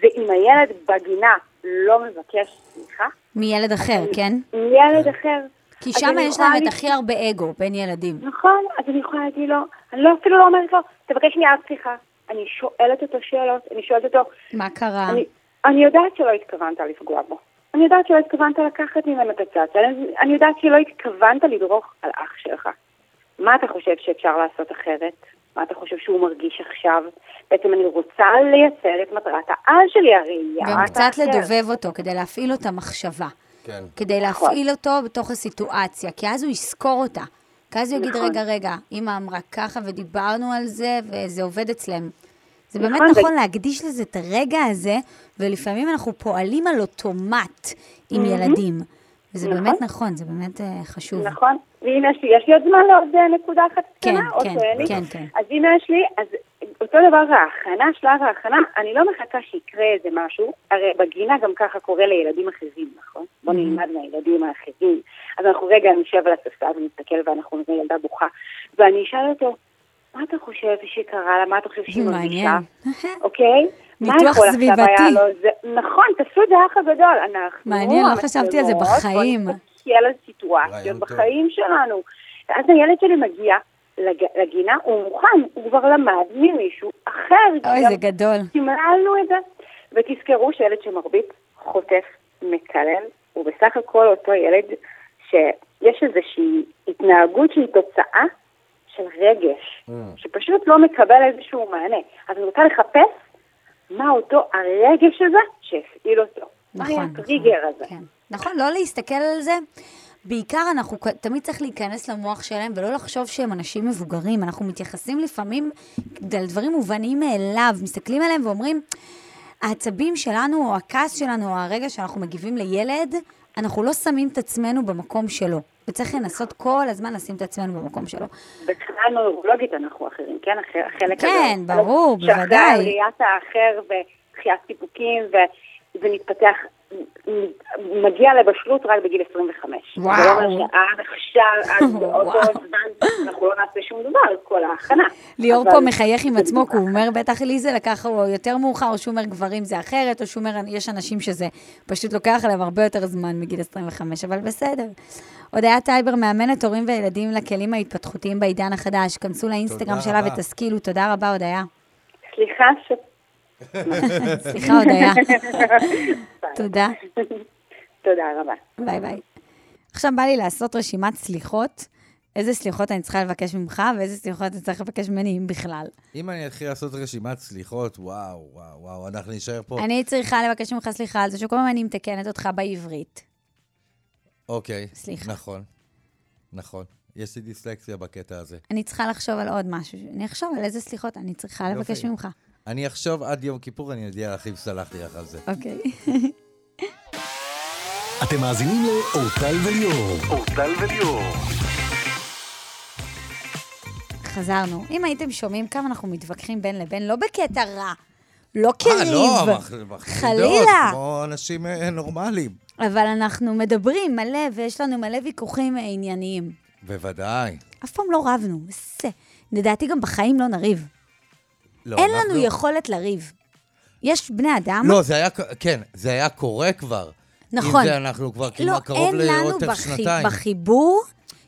D: ואם הילד בגינה לא מבקש סליחה,
B: מילד אחר, כן?
D: ילד אחר...
B: כי
D: אז
B: שם
D: אני
B: יש
D: יכולה
B: להם את
D: לה-
B: הכי הרבה אגו בין ילדים.
D: נכון, אז אני יכולה להגיד לו, אני לא, אפילו לא אומרת לו, תבקש מיד סליחה. אני שואלת אותו שאלות, אני שואלת אותו,
B: מה קרה?
D: אני, אני יודעת שלא התכוונת לפגוע בו. אני יודעת שלא התכוונת לקחת ממנו את הצעצוע. אני, אני יודעת שלא התכוונת לדרוך על אח שלך. מה אתה חושב שאפשר לעשות אחרת? מה אתה חושב שהוא מרגיש עכשיו? בעצם אני רוצה לייצר את מטרת העל שלי, הראייה. כן.
B: גם קצת
D: האחר.
B: לדובב אותו, כדי להפעיל לו את המחשבה.
C: כן.
B: כדי
D: נכון.
B: להפעיל אותו בתוך הסיטואציה, כי אז הוא יזכור אותה. כי אז הוא יגיד,
D: נכון.
B: רגע, רגע, אמא אמרה ככה ודיברנו על זה, וזה עובד אצלם. זה באמת
D: נכון, ו-
B: נכון להקדיש לזה את הרגע הזה, ולפעמים אנחנו פועלים על אוטומט עם ילדים. וזה
D: נכון.
B: באמת נכון, זה באמת אה, חשוב.
D: נכון. ואם יש לי, יש לי עוד זמן לעוד אה, נקודה אחת
B: כן,
D: קטנה? או
B: כן,
D: שאין לי?
B: כן, כן.
D: אז אם יש לי, אז אותו דבר ההכנה, שלב ההכנה, אני לא מחכה שיקרה איזה משהו, הרי בגינה גם ככה קורה לילדים אחרים, נכון?
B: Mm-hmm.
D: בוא נלמד מהילדים האחרים. אז אנחנו רגע נשב על הספסל ונסתכל ואנחנו נראה ילדה בוכה, ואני אשאל אותו, מה אתה חושב שקרה לה? מה אתה חושב שהיא
B: מעניין.
D: מרגישה? אוקיי? מה
B: ניתוח
D: יכול עכשיו היה
B: סביבתי.
D: לו זה- נכון, תעשו את זה האח הגדול. אנחנו...
B: מעניין, לא חשבתי על זה
D: המצלמות,
B: בחיים.
D: בוא נסתכל על סיטואציות
C: רעיון טוב.
D: בחיים שלנו. אז הילד שלי מגיע לג- לגינה, הוא מוכן, הוא כבר למד ממישהו אחר.
B: (laughs) אוי,
D: גם
B: זה גדול.
D: תמרלנו את זה. ותזכרו שילד שמרביץ, חוטף, מקלל, הוא בסך הכל אותו ילד שיש איזושהי התנהגות שהיא תוצאה של רגש, mm. שפשוט לא מקבל איזשהו מענה. אז אני רוצה לחפש מה אותו הרגש הזה שהפעיל אותו. מה היה
B: נכון,
D: הטריגר
B: נכון,
D: הזה?
B: כן. נכון, לא להסתכל על זה. בעיקר אנחנו כ- תמיד צריך להיכנס למוח שלהם ולא לחשוב שהם אנשים מבוגרים. אנחנו מתייחסים לפעמים על דברים מובנים מאליו, מסתכלים עליהם ואומרים, העצבים שלנו או הכעס שלנו או הרגע שאנחנו מגיבים לילד, אנחנו לא שמים את עצמנו במקום שלו. וצריך לנסות כל הזמן לשים את עצמנו במקום שלו.
D: בצורה נוירולוגית אנחנו אחרים, כן? הח- החלק
B: כן,
D: הזה.
B: ברור,
D: שאחרי
B: בוודאי.
D: ראיית האחר ודחיית סיפוקים, ו- זה מתפתח, מ- מ- מגיע לבשלות רק בגיל 25.
B: וואו.
D: זה לא אומר שעד עכשיו,
B: (laughs)
D: עד
B: וואו.
D: באותו זמן, אנחנו לא נעשה שום דבר, כל ההכנה.
B: ליאור
D: אבל-
B: פה מחייך עם עצמו, כי הוא אומר, בטח לי זה לקח או יותר מאוחר, או שהוא אומר גברים זה אחרת, או שהוא אומר, יש אנשים שזה פשוט לוקח להם הרבה יותר זמן מגיל 25, אבל בסדר. הודיה טייבר, מאמנת הורים וילדים לכלים ההתפתחותיים בעידן החדש. כנסו לאינסטגרם
C: תודה
B: שלה
C: רבה.
B: ותשכילו. תודה רבה, הודיה.
D: סליחה ש...
B: סליחה, הודיה. תודה.
D: תודה רבה.
B: ביי ביי. עכשיו בא לי לעשות רשימת סליחות. איזה סליחות אני צריכה לבקש ממך, ואיזה סליחות אני צריכה לבקש ממני, אם בכלל.
C: אם אני אתחיל לעשות רשימת סליחות, וואו, וואו, וואו, אנחנו נישאר פה.
B: אני צריכה לבקש ממך סליחה על זה שכל הזמן אני מתקנת אותך בעברית.
C: אוקיי.
B: סליחה.
C: נכון. נכון. יש לי דיסלקציה בקטע הזה.
B: אני צריכה לחשוב על עוד משהו. אני אחשוב על איזה סליחות אני צריכה
C: יופי.
B: לבקש ממך.
C: אני אחשוב עד יום כיפור, אני אודיע לך אם סלחתי לך על זה.
B: אוקיי.
A: אתם מאזינים לאורטל וליאור. אורטל וליאור.
B: חזרנו. אם הייתם שומעים כמה אנחנו מתווכחים בין לבין, לא בקטע רע, לא כריב.
C: אה, לא, מח- מחרידות,
B: חלילה.
C: כמו אנשים אה, נורמליים.
B: אבל אנחנו מדברים מלא, ויש לנו מלא ויכוחים אה, ענייניים.
C: בוודאי.
B: אף פעם לא רבנו, זה. לדעתי גם בחיים לא נריב.
C: לא,
B: אין
C: אנחנו-
B: לנו יכולת לריב. יש בני אדם,
C: לא, זה היה, כן, זה היה קורה כבר.
B: נכון.
C: עם זה אנחנו כבר כמעט כאילו, קרוב לעוד תכף שנתיים.
B: לא, אין לא, לנו בחי- בחיבור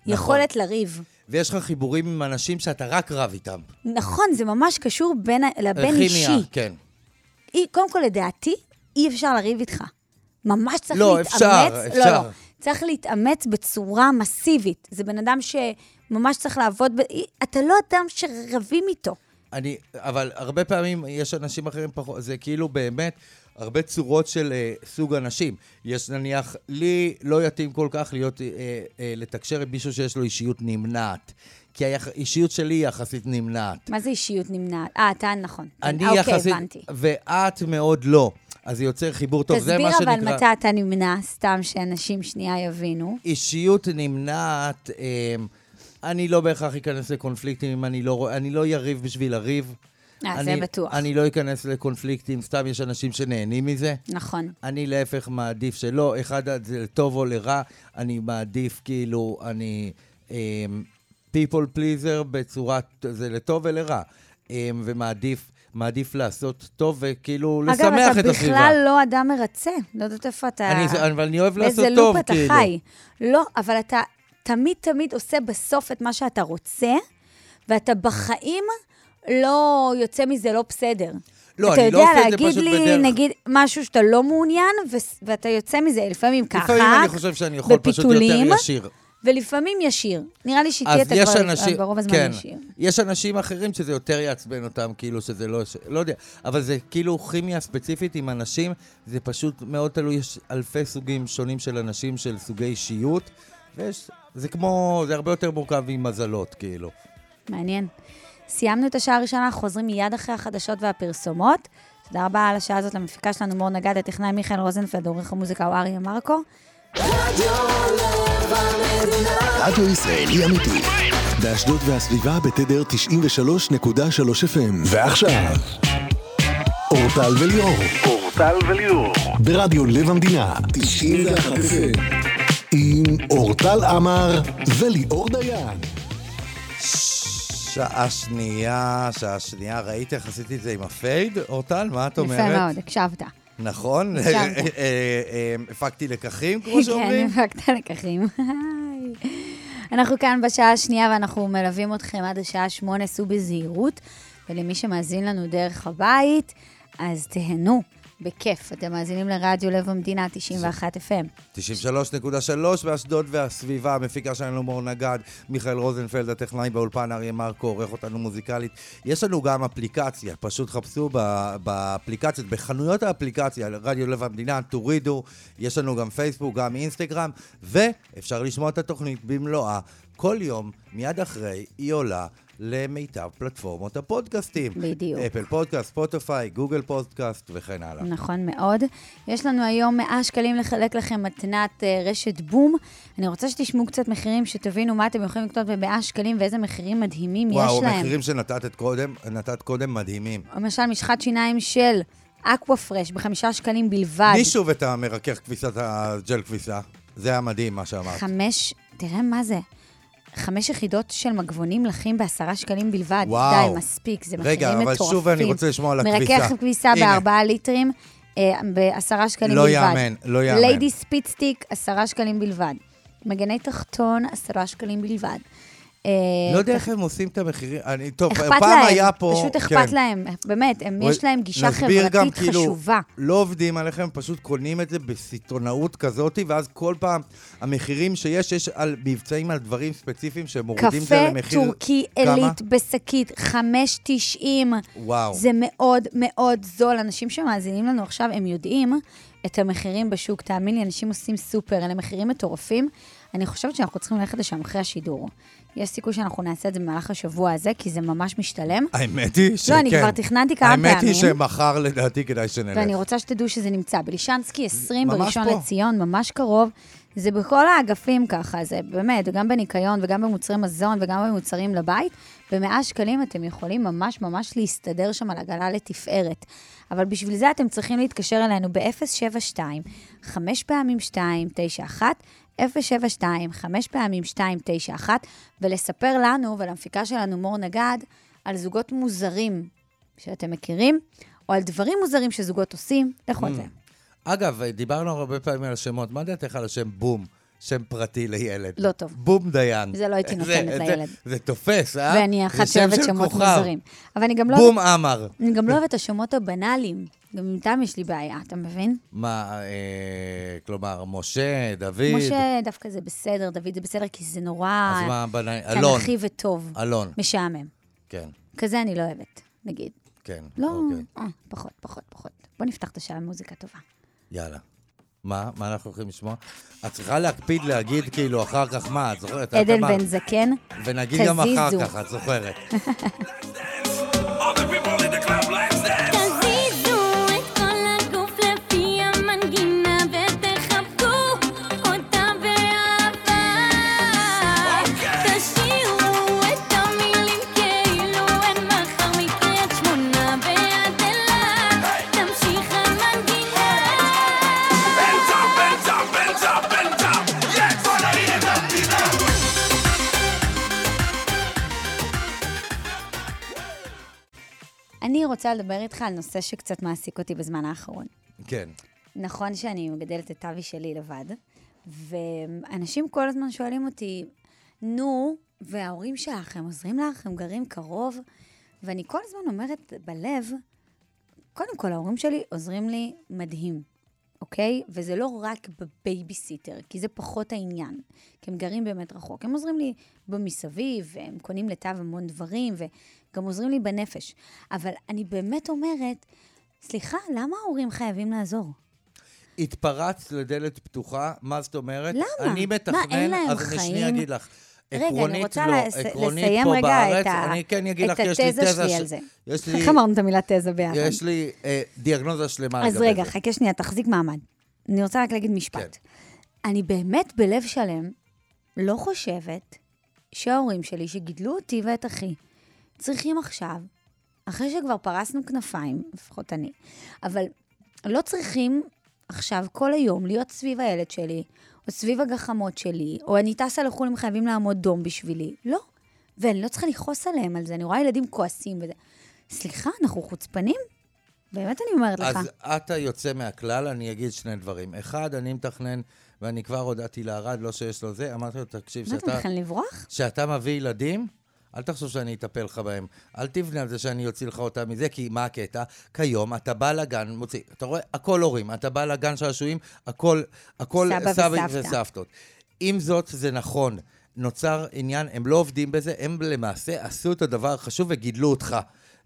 C: נכון.
B: יכולת לריב.
C: ויש לך חיבורים עם אנשים שאתה רק רב איתם.
B: נכון, זה ממש קשור בין, ה- לבין
C: כימיה,
B: אישי.
C: כן.
B: אי- קודם כל, לדעתי, אי אפשר לריב איתך. ממש צריך
C: לא,
B: להתאמץ.
C: אפשר,
B: לא, לא.
C: אפשר.
B: צריך להתאמץ בצורה מסיבית. זה בן אדם שממש צריך לעבוד, ב... אי- אתה לא אדם שרבים איתו.
C: אני, אבל הרבה פעמים יש אנשים אחרים פחות, זה כאילו באמת הרבה צורות של אה, סוג אנשים. יש נניח, לי לא יתאים כל כך להיות, אה, אה, לתקשר עם מישהו שיש לו אישיות נמנעת. כי האישיות שלי היא יחסית נמנעת.
B: מה זה אישיות נמנעת? אה, אתה נכון.
C: אני
B: אה,
C: יחסית...
B: אוקיי, הבנתי.
C: ואת מאוד לא. אז זה יוצר חיבור טוב, זה
B: תסביר
C: מה שנקרא...
B: אבל מתי אתה נמנע, סתם שאנשים שנייה יבינו.
C: אישיות נמנעת, אמ, אני לא בהכרח אכנס לקונפליקטים אם אני לא רואה, אני לא יריב בשביל לריב.
B: אה, זה
C: אני,
B: בטוח.
C: אני לא אכנס לקונפליקטים, סתם יש אנשים שנהנים מזה.
B: נכון.
C: אני להפך מעדיף שלא, אחד זה לטוב או לרע, אני מעדיף כאילו, אני אמ, people pleaser בצורה, זה לטוב ולרע, אמ, ומעדיף מעדיף לעשות טוב וכאילו לשמח
B: אגב,
C: את הסביבה.
B: אתה בכלל לא אדם מרצה. לא יודעת איפה אתה...
C: אני זה- אבל אני אוהב לעשות
B: באיזה
C: טוב,
B: לופ אתה
C: כאילו.
B: חי. לא, אבל אתה תמיד תמיד עושה בסוף את מה שאתה רוצה, ואתה בחיים לא יוצא מזה לא בסדר.
C: לא,
B: אתה
C: אני לא
B: יודע
C: עושה את זה
B: להגיד
C: פשוט
B: לי,
C: בדרך.
B: נגיד, משהו שאתה לא מעוניין, ו- ואתה יוצא מזה לפעמים ככה,
C: לפעמים אני חושב שאני יכול פשוט יותר ישיר.
B: ולפעמים ישיר. נראה לי שאיתי
C: אז
B: אתה
C: יש
B: כבר
C: אנשים,
B: ברוב הזמן
C: כן,
B: ישיר.
C: יש אנשים אחרים שזה יותר יעצבן אותם, כאילו שזה לא, ש- לא יודע, אבל זה כאילו כימיה ספציפית עם אנשים, זה פשוט מאוד תלוי, יש אלפי סוגים שונים של אנשים, של סוגי אישיות, ויש, זה כמו, זה הרבה יותר מורכב עם מזלות, כאילו.
B: מעניין. סיימנו את השעה הראשונה, חוזרים מיד אחרי החדשות והפרסומות. תודה רבה על השעה הזאת למפיקה שלנו, מור נגד, הטכנאי מיכאל רוזנפלד, עורך המוזיקה הוא אריה מרקו.
A: רדיו ישראלי אמיתי. באשדוד והסביבה בתדר 93.3 FM. ועכשיו, אורטל וליאור. אורטל וליאור. ברדיו לב המדינה. 91 FM. עם אורטל עמר וליאור דיין.
C: שעה שנייה, שעה שנייה, ראית איך עשיתי את זה עם הפייד? אורטל, מה את אומרת?
B: יפה מאוד, הקשבת.
C: נכון?
B: אפשר.
C: (laughs) אה, אה, אה, הפקתי לקחים, כמו
B: (laughs) כן,
C: שאומרים?
B: הפקת לקחים. היי. אנחנו כאן בשעה השנייה ואנחנו מלווים אתכם עד השעה שמונה, סעו בזהירות. ולמי שמאזין לנו דרך הבית, אז תהנו, בכיף. אתם מאזינים לרדיו לב המדינה 91 FM.
C: 93.3 באשדוד והסביבה, המפיקה שלנו מור נגד, מיכאל רוזנפלד, הטכנאי באולפן, אריה מרקו, עורך אותנו מוזיקלית. יש לנו גם אפליקציה, פשוט חפשו ב- באפליקציות, בחנויות האפליקציה, רדיו לב המדינה, תורידו, יש לנו גם פייסבוק, גם אינסטגרם, ואפשר לשמוע את התוכנית במלואה. כל יום, מיד אחרי, היא עולה למיטב פלטפורמות הפודקאסטים.
B: בדיוק.
C: אפל פודקאסט, ספוטיפיי, גוגל פודקאסט וכן הלאה.
B: נכון מאוד. יש לנו היום 100 שקלים לחלק לכם מתנת אה, רשת בום. אני רוצה שתשמעו קצת מחירים, שתבינו מה אתם יכולים לקנות ב-100 שקלים ואיזה מחירים מדהימים יש
C: וואו,
B: להם.
C: המחירים שנתת את קודם, נתת קודם מדהימים.
B: למשל, משחת שיניים של אקווה פרש בחמישה שקלים בלבד.
C: מי שוב את המרכך כביסת הג'ל כביסה? זה היה מדהים מה שאמרת.
B: חמש, תראה מה זה. חמש יחידות של מגבונים לחים בעשרה שקלים בלבד.
C: וואו.
B: די, מספיק, זה מחירים
C: רגע,
B: מטורפים.
C: אבל שוב אני רוצה לשמוע על הכביסה.
B: מרכך כביסה
C: הנה.
B: בארבעה ליטרים, אה, בעשרה שקלים
C: לא
B: בלבד.
C: יאמן, לא יאמן.
B: ליידי ספיצטיק, עשרה שקלים בלבד. מגני תחתון, עשרה שקלים בלבד. אה,
C: לא יודע איך הם עושים את המחירים. אני, טוב,
B: אכפת
C: פעם
B: להם,
C: היה פה...
B: פשוט אכפת
C: כן.
B: להם, באמת, הם, יש להם גישה
C: נסביר
B: חברתית
C: גם, כאילו,
B: חשובה.
C: לא עובדים עליכם, פשוט קונים את זה בסיטונאות כזאת, ואז כל פעם המחירים שיש, יש על מבצעים על דברים ספציפיים שמורידים את זה
B: קפה
C: למחיר...
B: טורקי
C: כמה?
B: עילית בשקית, 5.90.
C: וואו.
B: זה מאוד מאוד זול. אנשים שמאזינים לנו עכשיו, הם יודעים את המחירים בשוק. תאמין לי, אנשים עושים סופר, אלה מחירים מטורפים. אני חושבת שאנחנו צריכים ללכת לשם אחרי השידור. יש סיכוי שאנחנו נעשה את זה במהלך השבוע הזה, כי זה ממש משתלם.
C: האמת היא שכן.
B: לא, אני כבר תכננתי כמה
C: האמת היא
B: פעמים.
C: שמחר לדעתי כדאי שנלך.
B: ואני רוצה שתדעו שזה נמצא בלישנסקי 20
C: ממש
B: בראשון
C: פה.
B: לציון, ממש קרוב. זה בכל האגפים ככה, זה באמת, גם בניקיון וגם במוצרי מזון וגם במוצרים לבית. ב-100 שקלים אתם יכולים ממש ממש להסתדר שם על עגלה לתפארת. אבל בשביל זה אתם צריכים להתקשר אלינו ב-072, 5 פעמים 291, 072, 5 פעמים 291, ולספר לנו ולמפיקה שלנו, מור נגד, על זוגות
C: Mm.
B: מוזרים שאתם מכירים, או על דברים מוזרים שזוגות עושים, לכו על זה.
C: אגב, דיברנו הרבה פעמים על שמות, מה דעתך על השם בום? שם פרטי לילד.
B: לא טוב.
C: בום דיין.
B: זה לא הייתי נותנת
C: זה-
B: לילד.
C: זה תופס, אה?
B: ואני אחת
C: זה שם
B: שאוהבת
C: של
B: שמות
C: כוכב.
B: מוזרים. אבל אני גם לא...
C: בום אה. עמר.
B: אני גם לא אוהבת את השמות הבנאליים. גם איתם יש לי בעיה, אתה מבין?
C: מה, אה, כלומר, משה, דוד.
B: משה דווקא זה בסדר, דוד זה בסדר, כי זה נורא...
C: אה, אז מה, בנאי- אלון.
B: תנכי וטוב.
C: אלון.
B: משעמם.
C: כן,
B: כזה אני לא אוהבת, נגיד.
C: כן.
B: לא,
C: אוקיי.
B: אה, פחות, פחות, פחות. בוא נפתח את השעה עם מוזיקה טובה.
C: יאללה. מה? מה אנחנו הולכים לשמוע? את צריכה להקפיד להגיד כאילו אחר כך מה, את זוכרת? את
B: עדן
C: אמרת.
B: בן זקן,
C: ונגיד גם אחר
B: תזיזו.
C: כך, את זוכרת.
E: All the people in the club like that.
F: תזיזו את כל הגוף לפי המנגינה ותחבקו אותה באהבה. תשאירו את המילים כאילו אין מחר מקריית שמונה ועד אילת. תמשיך המנגינה.
E: Bend up, bend up, bend up, bend up. Yes, follow me and up, beat up.
B: אני רוצה לדבר איתך על נושא שקצת מעסיק אותי בזמן האחרון.
C: כן.
B: נכון שאני מגדלת את תווי שלי לבד, ואנשים כל הזמן שואלים אותי, נו, וההורים שלך, הם עוזרים לך? הם גרים קרוב? ואני כל הזמן אומרת בלב, קודם כל, ההורים שלי עוזרים לי מדהים, אוקיי? וזה לא רק בבייביסיטר, כי זה פחות העניין. כי הם גרים באמת רחוק. הם עוזרים לי במסביב, הם קונים לתו המון דברים, וגם עוזרים לי בנפש. אבל אני באמת אומרת, סליחה, למה ההורים חייבים לעזור?
C: התפרצת לדלת פתוחה, מה זאת אומרת?
B: למה?
C: אני
B: מה,
C: מתכנן,
B: אין להם
C: אז אני שנייה
B: חיים?
C: אגיד לך.
B: רגע, אני
C: עקרונית
B: רוצה
C: לא,
B: לס-
C: עקרונית
B: לסיים
C: פה
B: רגע את
C: בארץ,
B: ה-
C: אני כן אגיד
B: את
C: לך, יש לי
B: התזה
C: תזה
B: שלי
C: ש-
B: על זה.
C: יש לי-
B: איך אמרנו את המילה תזה ביחד?
C: יש לי אה, דיאגנוזה שלמה
B: אז
C: לגבי
B: רגע,
C: זה.
B: חכה שנייה, תחזיק מעמד. אני רוצה רק להגיד משפט.
C: כן.
B: אני באמת בלב שלם לא חושבת שההורים שלי, שגידלו אותי ואת אחי, צריכים עכשיו, אחרי שכבר פרסנו כנפיים, לפחות אני, אבל לא צריכים עכשיו כל היום להיות סביב הילד שלי, או סביב הגחמות שלי, או אני טסה לחו"ל, הם חייבים לעמוד דום בשבילי. לא. ואני לא צריכה לכעוס עליהם על זה, אני רואה ילדים כועסים וזה. סליחה, אנחנו חוצפנים? באמת אני אומרת לך.
C: אז אתה יוצא מהכלל, אני אגיד שני דברים. אחד, אני מתכנן, ואני כבר הודעתי לארד, לא שיש לו זה, אמרתי לו, תקשיב,
B: מה אתה
C: שאתה...
B: מתכנן לברוח?
C: שאתה מביא ילדים, אל תחשוב שאני אטפל לך בהם. אל תבנה על זה שאני אוציא לך אותם מזה, כי מה הקטע? כיום אתה בא לגן, מוציא, אתה רואה, הכל הורים. אתה בא לגן שעשועים, הכל, הכל
B: סבא
C: סבים
B: וסבתא.
C: וסבתות. עם זאת, זה נכון. נוצר עניין, הם לא עובדים בזה, הם למעשה עשו את הדבר החשוב וגידלו אותך.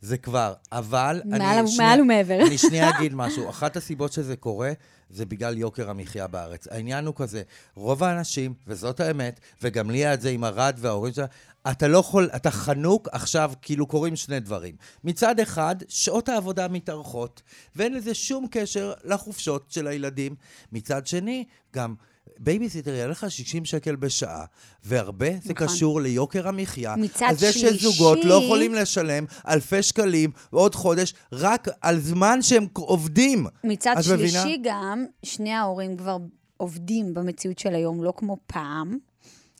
C: זה כבר, אבל... אני
B: מעל-
C: שנייה-
B: מעל ומעבר.
C: אני שנייה אגיד משהו. אחת הסיבות שזה קורה, זה בגלל יוקר המחיה בארץ. העניין הוא כזה, רוב האנשים, וזאת האמת, וגם לי היה את זה עם ארד וההורים שלה, אתה לא יכול, אתה חנוק עכשיו, כאילו קורים שני דברים. מצד אחד, שעות העבודה מתארכות, ואין לזה שום קשר לחופשות של הילדים. מצד שני, גם... בייביסיטר יעלה לך 60 שקל בשעה, והרבה זה קשור ליוקר המחיה.
B: נכון. מצד
C: אז זה שזוגות לא
B: שלישי-
C: יכולים לשלם אלפי שקלים עוד חודש, רק על זמן שהם עובדים.
B: מצד
C: את
B: שלישי
C: מבינה?
B: גם, שני ההורים כבר עובדים במציאות של היום, לא כמו פעם.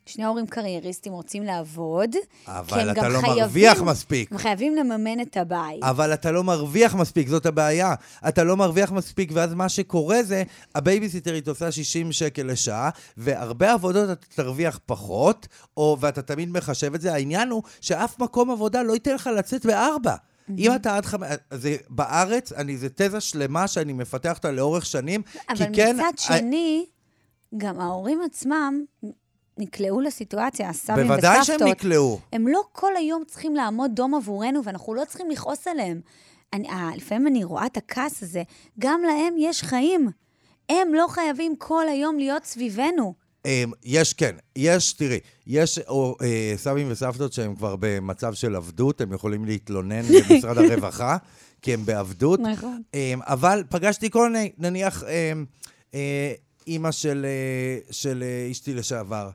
B: שני ההורים קרייריסטים רוצים לעבוד,
C: אבל
B: כי הם
C: אתה
B: גם
C: לא
B: חייבים-
C: מרוויח מספיק.
B: הם חייבים לממן את הבית.
C: אבל אתה לא מרוויח מספיק, זאת הבעיה. אתה לא מרוויח מספיק, ואז מה שקורה זה, הבייביסיטרית עושה 60 שקל לשעה, והרבה עבודות אתה תרוויח פחות, או, ואתה תמיד מחשב את זה. העניין הוא שאף מקום עבודה לא ייתן לך לצאת בארבע.
B: Mm-hmm.
C: אם אתה עד חמש... זה בארץ, אני, זו תזה שלמה שאני מפתח אותה לאורך שנים, כי
B: אבל
C: כן...
B: מצד
C: ה-
B: שני, גם ההורים עצמם נקלעו לסיטואציה, הסבים וסבתות.
C: בוודאי שהם נקלעו.
B: הם לא כל היום צריכים לעמוד דום עבורנו, ואנחנו לא צריכים לכעוס עליהם. אני, אה, לפעמים אני רואה את הכעס הזה, גם להם יש חיים. הם לא חייבים כל היום להיות סביבנו.
C: אמ, יש, כן, יש, תראי, יש או, אה, סבים וסבתות שהם כבר במצב של עבדות, הם יכולים להתלונן במשרד
B: (laughs)
C: הרווחה, כי הם בעבדות.
B: נכון.
C: אמ, אבל פגשתי כל מיני, נניח, אמ, אה, אימא של, אה, של אה, אשתי לשעבר.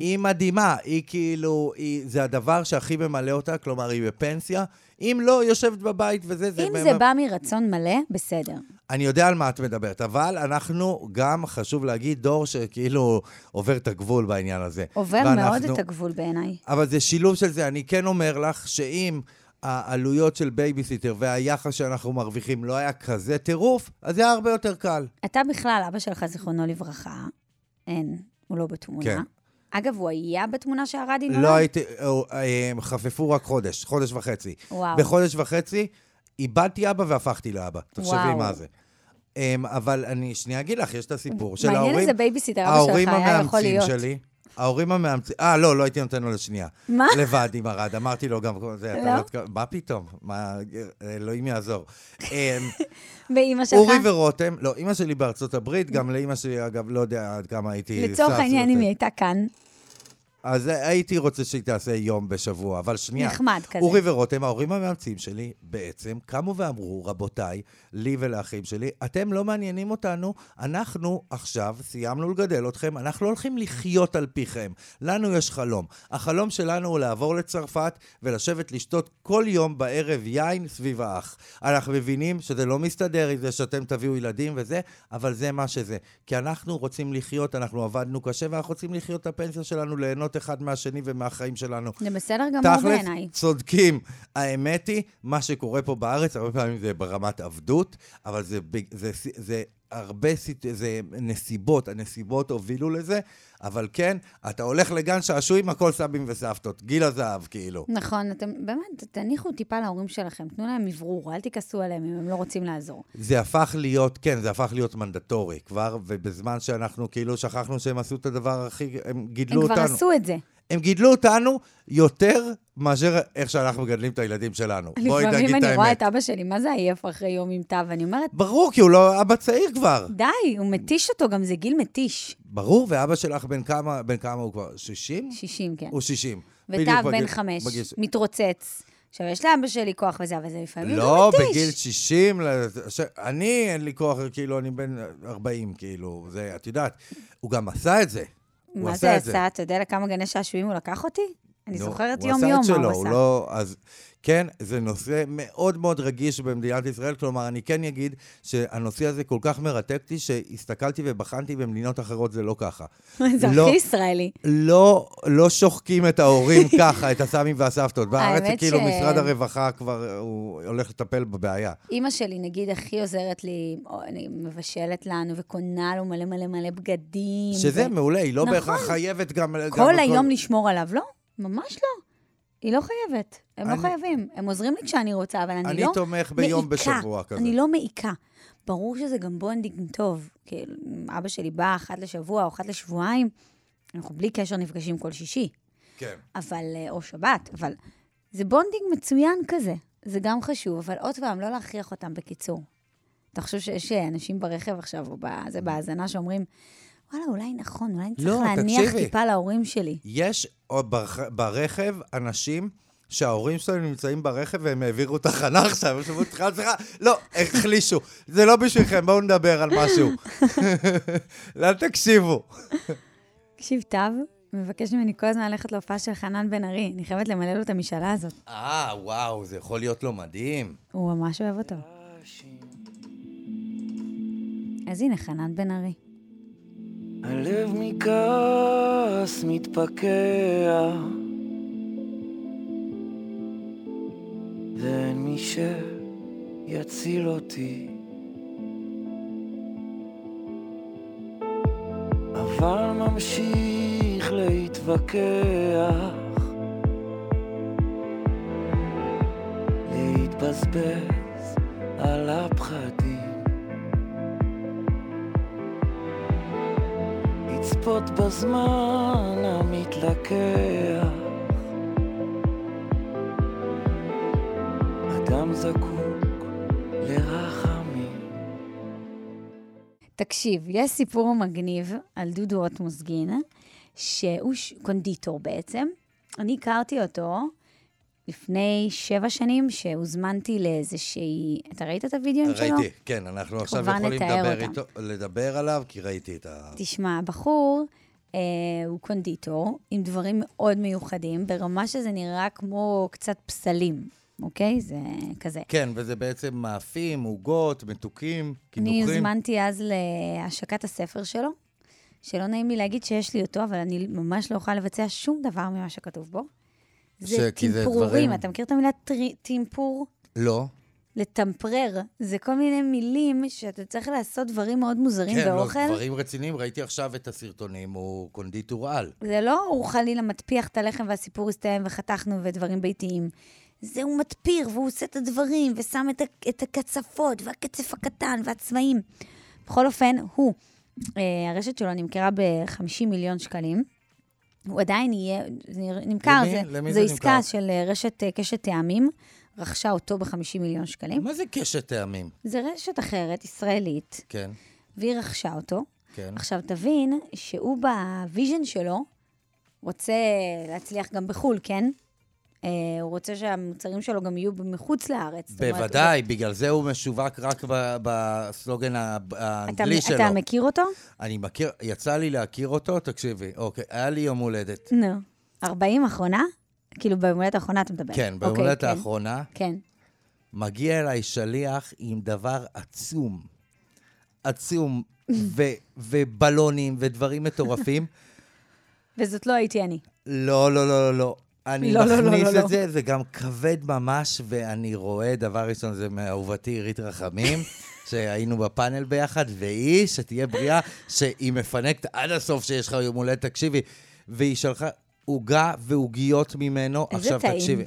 C: היא מדהימה, היא כאילו, היא, זה הדבר שהכי ממלא אותה, כלומר, היא בפנסיה. אם לא, היא יושבת בבית וזה, זה...
B: אם
C: ממ-
B: זה בא מרצון מלא, בסדר.
C: אני יודע על מה את מדברת, אבל אנחנו גם, חשוב להגיד, דור שכאילו עובר את הגבול בעניין הזה.
B: עובר
C: ואנחנו-
B: מאוד את הגבול בעיניי.
C: אבל זה שילוב של זה. אני כן אומר לך שאם העלויות של בייביסיטר והיחס שאנחנו מרוויחים לא היה כזה טירוף, אז זה היה הרבה יותר קל.
B: אתה בכלל, אבא שלך, זיכרונו לברכה, אין, הוא לא בתמונה.
C: כן.
B: אגב, הוא היה בתמונה שהרדי נולד?
C: לא הייתי, או, אה, חפפו רק חודש, חודש וחצי.
B: וואו.
C: בחודש וחצי איבדתי אבא והפכתי לאבא. תחשבי
B: וואו.
C: מה זה. אמ, אבל אני שנייה אגיד לך, יש את הסיפור של ההורים...
B: מעניין איזה בייביסיטר אבא שלך היה יכול להיות.
C: ההורים המאמצים שלי, ההורים המאמצים... אה, לא, לא הייתי נותן לו לשנייה.
B: מה?
C: לבד עם ארד, אמרתי לו גם... זה, אתה
B: לא?
C: לא תק- מה פתאום? מה... אלוהים יעזור.
B: (laughs)
C: אמ,
B: ואימא שלך?
C: אורי ורותם, לא, אימא שלי בארצות הברית, גם לאימא שלי, אגב, לא יודע עד כמה הייתי...
B: לצורך
C: שש
B: העניין,
C: יותר.
B: אם היא הייתה כאן,
C: אז הייתי רוצה שהיא תעשה יום בשבוע, אבל שנייה.
B: נחמד כזה.
C: אורי ורותם, ההורים המאמצים שלי, בעצם קמו ואמרו, רבותיי, לי ולאחים שלי, אתם לא מעניינים אותנו, אנחנו עכשיו סיימנו לגדל אתכם, אנחנו לא הולכים לחיות על פיכם. לנו יש חלום. החלום שלנו הוא לעבור לצרפת ולשבת לשתות כל יום בערב יין סביב האח. אנחנו מבינים שזה לא מסתדר עם זה שאתם תביאו ילדים וזה, אבל זה מה שזה. כי אנחנו רוצים לחיות, אנחנו עבדנו קשה, ואנחנו רוצים לחיות את הפנסיה שלנו, ליהנות אחד מהשני ומהחיים שלנו.
B: זה בסדר גמור
C: תכלס,
B: בעיניי.
C: צודקים. האמת היא, מה שקורה פה בארץ, הרבה פעמים זה ברמת עבדות, אבל זה, ב- זה, זה, זה הרבה סיט- זה נסיבות, הנסיבות הובילו לזה, אבל כן, אתה הולך לגן שעשועים, הכל סבים וסבתות, גיל הזהב, כאילו.
B: נכון, אתם באמת, תניחו טיפה להורים שלכם, תנו להם אוורור, אל תכעסו עליהם אם הם לא רוצים לעזור.
C: זה הפך להיות, כן, זה הפך להיות מנדטורי כבר, ובזמן שאנחנו כאילו שכחנו שהם עשו את הדבר הכי, הם גידלו
B: הם
C: אותנו.
B: כבר עשו את זה.
C: הם גידלו אותנו יותר מאשר איך שאנחנו מגדלים את הילדים שלנו. בואי נגיד את האמת.
B: לפעמים אני רואה את אבא שלי, מה זה עייף אחרי יום עם תא, ואני אומרת,
C: ברור, כי הוא לא אבא צעיר כבר.
B: די, הוא מתיש אותו, גם זה גיל מתיש.
C: ברור, ואבא שלך בן כמה, בן כמה הוא כבר? 60?
B: 60, כן.
C: הוא 60. בדיוק
B: ותו בן
C: בגיל-
B: חמש,
C: בגיל-
B: מתרוצץ. עכשיו, יש לאבא שלי כוח וזה, אבל זה לפעמים
C: לא,
B: מתיש.
C: בגיל 60, ל- ש- אני אין לי כוח, כאילו, אני בן 40, כאילו, זה, את יודעת. הוא גם עשה את זה. הוא
B: מה
C: עשה
B: זה
C: את זה.
B: עשה? אתה יודע לכמה גני שעשועים הוא לקח אותי? אני
C: נו,
B: זוכרת יום-יום מה הוא עשה.
C: הוא לא... אז כן, זה נושא מאוד מאוד רגיש במדינת ישראל. כלומר, אני כן אגיד שהנושא הזה כל כך מרתק אותי, שהסתכלתי ובחנתי במדינות אחרות, זה לא ככה.
B: (laughs) (laughs) זה
C: לא-
B: הכי ישראלי.
C: לא, לא שוחקים את
B: (laughs)
C: ההורים ככה, את הסבים והסבתות. בארץ זה
B: האמת
C: כאילו
B: ש-
C: משרד הרווחה כבר, הוא הולך לטפל בבעיה.
B: אימא שלי, נגיד, הכי עוזרת לי, או, אני מבשלת לנו וקונה לו מלא מלא מלא בגדים.
C: שזה
B: ו-
C: מעולה, היא לא
B: נכון.
C: בהכרח חייבת גם... גם
B: כל
C: הכל.
B: היום לשמור עליו, לא, ממש לא. היא לא חייבת, הם לא
C: אני-
B: חייבים. הם עוזרים לי כשאני רוצה, אבל אני לא
C: אני
B: מעיקה.
C: תומך ביום בשבוע כזה.
B: אני לא מעיקה. ברור שזה גם בונדינג טוב. כאילו, אבא שלי בא אחת לשבוע או אחת לשבועיים, אנחנו בלי קשר נפגשים כל שישי,
C: כן.
B: אבל, אה, או שבת, אבל זה בונדינג מצוין כזה. זה גם חשוב, אבל עוד פעם, לא להכריח אותם בקיצור. אתה חושב שיש אה, אנשים ברכב עכשיו, או בזה, בהאזנה, שאומרים, וואלה, אולי נכון, אולי אני צריך
C: לא,
B: להניח
C: תקשיבי.
B: טיפה להורים שלי.
C: יש עוד ברכ- ברכב אנשים שההורים שלהם נמצאים ברכב והם העבירו תחנה עכשיו, הם שמעו תחילת שיחה, לא, החלישו. זה לא בשבילכם, בואו נדבר על
B: (laughs)
C: משהו. לא תקשיבו.
B: תקשיב, טב מבקש ממני כל הזמן ללכת להופעה של חנן בן ארי, אני חייבת למלא לו את המשאלה הזאת.
C: אה, וואו, זה יכול להיות לו מדהים.
B: הוא ממש אוהב אותו. אז הנה, חנן בן ארי.
G: הלב מכעס מתפקע ואין מי שיציל אותי אבל ממשיך להתווכח להתבזבז על הפחדים לצפות בזמן המתלקח. אדם זקוק לרחמים.
B: תקשיב, יש סיפור מגניב על דודו אוטמוס גינה, שהוא ש- קונדיטור בעצם. אני הכרתי אותו לפני שבע שנים, שהוזמנתי לאיזושהי... אתה ראית את הוידאוים שלו?
C: ראיתי, כן, אנחנו עכשיו
B: חובה
C: יכולים
B: לתאר
C: לדבר
B: אותם.
C: איתו, לדבר עליו, כי ראיתי את ה...
B: תשמע, הבחור אה, הוא קונדיטור עם דברים מאוד מיוחדים, ברמה שזה נראה כמו קצת פסלים, אוקיי? זה כזה.
C: כן, וזה בעצם מאפים, עוגות, מתוקים,
B: אני
C: קינוחים.
B: הוזמנתי אז להשקת הספר שלו, שלא נעים לי להגיד שיש לי אותו, אבל אני ממש לא יכולה לבצע שום דבר ממה שכתוב בו. זה
C: ש- כי זה
B: טמפורים,
C: דברים-
B: אתה מכיר את המילה טרי- טמפור?
C: לא.
B: לטמפרר, זה כל מיני מילים שאתה צריך לעשות דברים מאוד מוזרים
C: כן, לא,
B: באוכל.
C: דברים רציניים. ראיתי עכשיו את הסרטונים, הוא קונדיטור על.
B: זה לא הוא חלילה מטפיח את הלחם והסיפור הסתיים וחתכנו ודברים ביתיים. זה הוא מטפיר והוא עושה את הדברים ושם את, ה- את הקצפות והקצף הקטן והצבעים. בכל אופן, הוא, אה, הרשת שלו נמכרה ב-50 מיליון שקלים. הוא עדיין יהיה, זה נר- נמכר,
C: למי-
B: זה,
C: למי
B: זו
C: זה
B: עסקה
C: נמכר?
B: של אה, רשת אה, קשת טעמים, רכשה אותו ב-50 מיליון שקלים.
C: מה זה קשת טעמים?
B: זה רשת אחרת, ישראלית,
C: כן,
B: והיא רכשה אותו.
C: כן.
B: עכשיו, תבין שהוא בוויז'ן שלו רוצה להצליח גם בחו"ל, כן? אה, הוא רוצה שהמוצרים שלו גם יהיו מחוץ לארץ. זאת אומרת,
C: בוודאי, בגלל זה הוא משווק רק ב- בסלוגן ה-
B: הוא-
C: האנגלי
B: אתה,
C: שלו.
B: אתה מכיר אותו?
C: אני מכיר, יצא לי להכיר אותו, תקשיבי, אוקיי, היה לי יום הולדת.
B: נו. 40 אחרונה? כאילו, ביומולדת האחרונה אתה מדבר.
C: כן,
B: אוקיי,
C: ביום הולדת
B: כן.
C: האחרונה,
B: כן.
C: מגיע אליי שליח עם דבר עצום. עצום, ו- ובלונים ודברים מטורפים. (laughs)
B: וזאת לא הייתי אני.
C: לא, לא, לא, לא, לא. אני
B: לא, לא, לא,
C: מכניס
B: לא, לא.
C: את זה, זה גם כבד ממש, ואני רואה, דבר ראשון, זה מאהובתי עירית רחמים, (laughs) שהיינו בפאנל ביחד, והיא, שתהיה בריאה, שהיא מפנקת עד הסוף שיש לך יום הולדת, תקשיבי. והיא שלחה עוגה ועוגיות ממנו.
B: איזה
C: עכשיו,
B: טעים.
C: תקשיבי.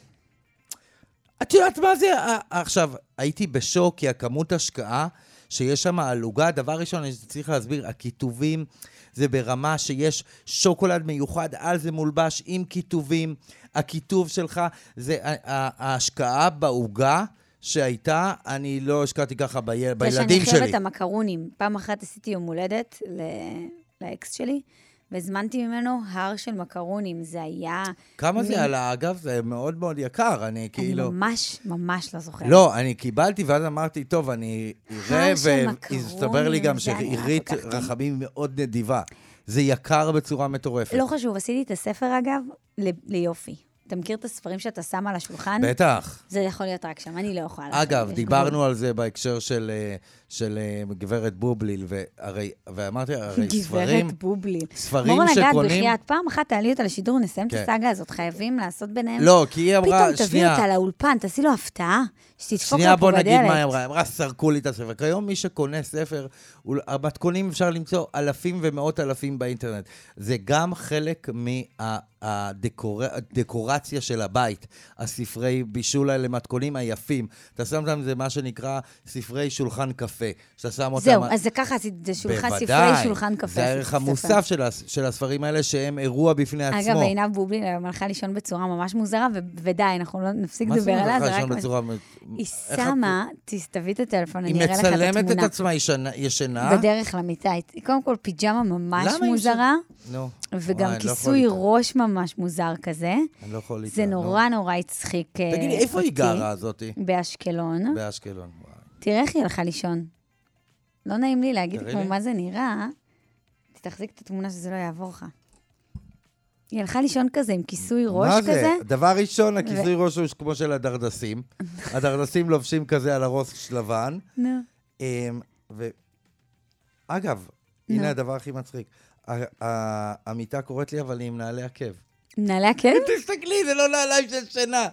C: את יודעת מה זה? ה- עכשיו, הייתי בשוק, כי הכמות השקעה שיש שם על עוגה, דבר ראשון, אני צריך להסביר, הכיתובים זה ברמה שיש שוקולד מיוחד, על זה מולבש עם כיתובים. הכיתוב שלך זה ה- ה- ההשקעה בעוגה. שהייתה, אני לא השקעתי ככה ביל, בילדים
B: זה שאני
C: שלי.
B: חייבת המקרונים. פעם אחת עשיתי יום הולדת ל... לאקס שלי, והזמנתי ממנו הר של מקרונים. זה היה...
C: כמה
B: מין-
C: זה עלה, אגב? זה מאוד מאוד יקר, אני
B: אני
C: כאילו...
B: ממש, ממש לא זוכרת.
C: לא, אני קיבלתי, ואז אמרתי, טוב, אני אראה,
B: של
C: והסתבר לי גם
B: מקרונים, זה היה
C: שעירית
B: כל כך טעים.
C: רחמים מאוד נדיבה. זה יקר בצורה מטורפת.
B: לא חשוב, עשיתי את הספר, אגב, ל- ליופי. אתה מכיר את הספרים שאתה שם על השולחן?
C: בטח.
B: זה יכול להיות רק שם, אני לא יכולה. לעשות את
C: אגב,
B: זה.
C: דיברנו על זה בהקשר של, אה, של אה, גברת בובליל, והרי, ואמרתי, הרי ספרים...
B: גברת בובליל.
C: ספרים
B: מור נגד,
C: שקונים-
B: בחייאת, פעם אחת תעלי אותה לשידור, נסיים את
C: כן.
B: הסאגה הזאת, חייבים לעשות ביניהם.
C: לא, כי היא אמרה,
B: פתאום תביא
C: שנייה.
B: אותה לאולפן, תעשי לו הפתעה, שתדפוק
C: שנייה,
B: לה פה
C: בוא
B: בדלת.
C: נגיד מה היא אמרה. היא אמרה, סרקו לי את הספר. כיום מי שקונה ספר, הוא- המתכונים אפשר למצוא אלפים ומאות אלפים באינטרנט. זה גם חלק מהדקורציה של הבית, הספרי בישול האלה, מתכונים היפים. אתה שם אותם, זה מה שנקרא ספרי שולחן קפה. שאתה שם אותם...
B: זהו, אז זה ככה עשית, זה שולחן ספרי, שולחן קפה.
C: זה הערך
B: ספר.
C: המוסף של, הס- של הספרים האלה, שהם אירוע בפני עצמו.
B: אגב, עינב בובליל היום הלכה לישון בצורה ממש מוזרה, ו- ודי, אנחנו לא נפסיק
C: מה זאת
B: לדבר
C: אומרת,
B: עליה, זה
C: הלכה
B: רק...
C: לישון בצורה מ-
B: היא
C: איך את-
B: שמה, תס- תביא את הטלפון,
C: היא
B: אני אראה לך את התמונה.
C: מצלמת את עצמה ישנה- ישנה.
B: בדרך למיטה. היא- קודם כל, פיג'מה ממש
C: אה? למה היא
B: מוזרה,
C: ש- נו.
B: וגם
C: וואי, אני לא יכול
B: כיסוי
C: איתה.
B: ראש ממש מוזר כזה.
C: אני לא יכול איתה.
B: זה
C: נו.
B: נורא נורא הצחיק אה, אותי.
C: תגידי, איפה היא גרה הזאתי?
B: באשקלון.
C: באשקלון. וואי.
B: תראה איך היא הלכה לישון. לא נעים לי להגיד
C: תראי
B: כמו
C: לי.
B: מה זה נראה. תחזיק את התמונה שזה לא יעבור לך. היא הלכה לישון כזה עם כיסוי ראש
C: מה
B: כזה.
C: זה? דבר ראשון, הכיסוי ראש הוא כמו של הדרדסים.
B: (laughs)
C: הדרדסים לובשים כזה על הראש לבן.
B: נו.
C: אמ, ו... אגב, הנה הדבר הכי מצחיק. ה- ה- המיטה קוראת לי, אבל היא עם נעלי עקב.
B: מנהלי הקרן?
C: תסתכלי, זה לא נעליים של שינה.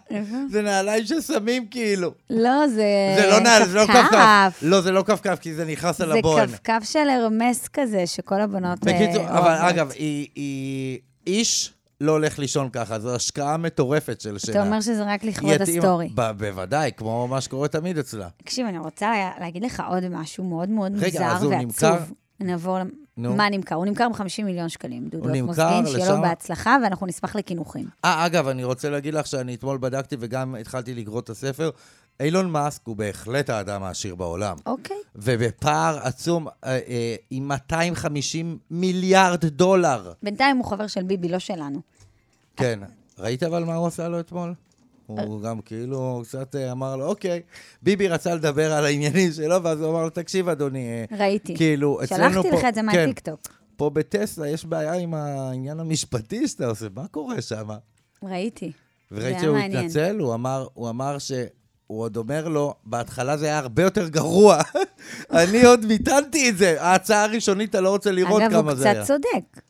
C: זה נעליים ששמים כאילו.
B: לא, זה...
C: זה לא נעל, זה לא
B: כפכף.
C: כפכף. לא, זה לא כפכף, כי זה נכנס על
B: זה
C: הבון.
B: כפכף של הרמס כזה, שכל הבנות... אה,
C: בקיצור, אבל
B: אוהבות.
C: אגב, היא- היא- איש לא הולך לישון ככה, זו השקעה מטורפת של שינה.
B: אתה אומר שזה רק
C: היא
B: לכבוד
C: התאימה-
B: הסטורי.
C: ב- בוודאי, כמו מה שקורה תמיד אצלה.
B: תקשיב, אני רוצה לה- להגיד לך עוד משהו מאוד מאוד
C: רגע,
B: מוזר
C: אז הוא נמכר?
B: ועצוב. נעבור ל...
C: נו.
B: מה נמכר? הוא נמכר ב-50 מיליון שקלים, דודו
C: נמכר
B: אקמוסקין, שיהיה לו
C: לשם?
B: בהצלחה, ואנחנו נשמח לקינוחים.
C: אה, אגב, אני רוצה להגיד לך שאני אתמול בדקתי וגם התחלתי לקרוא את הספר. אילון מאסק הוא בהחלט האדם העשיר בעולם.
B: אוקיי.
C: ובפער עצום, אה, אה, עם 250 מיליארד דולר.
B: בינתיים הוא חבר של ביבי, לא שלנו.
C: כן. ראית אבל מה הוא עשה לו אתמול? הוא גם כאילו קצת אה, אמר לו, אוקיי, ביבי רצה לדבר על העניינים שלו, ואז הוא אמר לו, תקשיב, אדוני, אה,
B: ראיתי.
C: כאילו, אצלנו פה...
B: שלחתי לך את זה מהטיקטוק.
C: כן, פה בטסלה יש בעיה עם העניין המשפטי שאתה עושה, מה קורה שם?
B: ראיתי.
C: וראית
B: זה
C: שהוא
B: היה מעניין.
C: התנצל, הוא אמר, הוא אמר ש... הוא עוד אומר לו, בהתחלה זה היה הרבה יותר גרוע. (laughs) אני עוד מיתנתי את זה. ההצעה הראשונית, אתה לא רוצה לראות
B: אגב, הוא
C: כמה זה היה.
B: קצת צודק.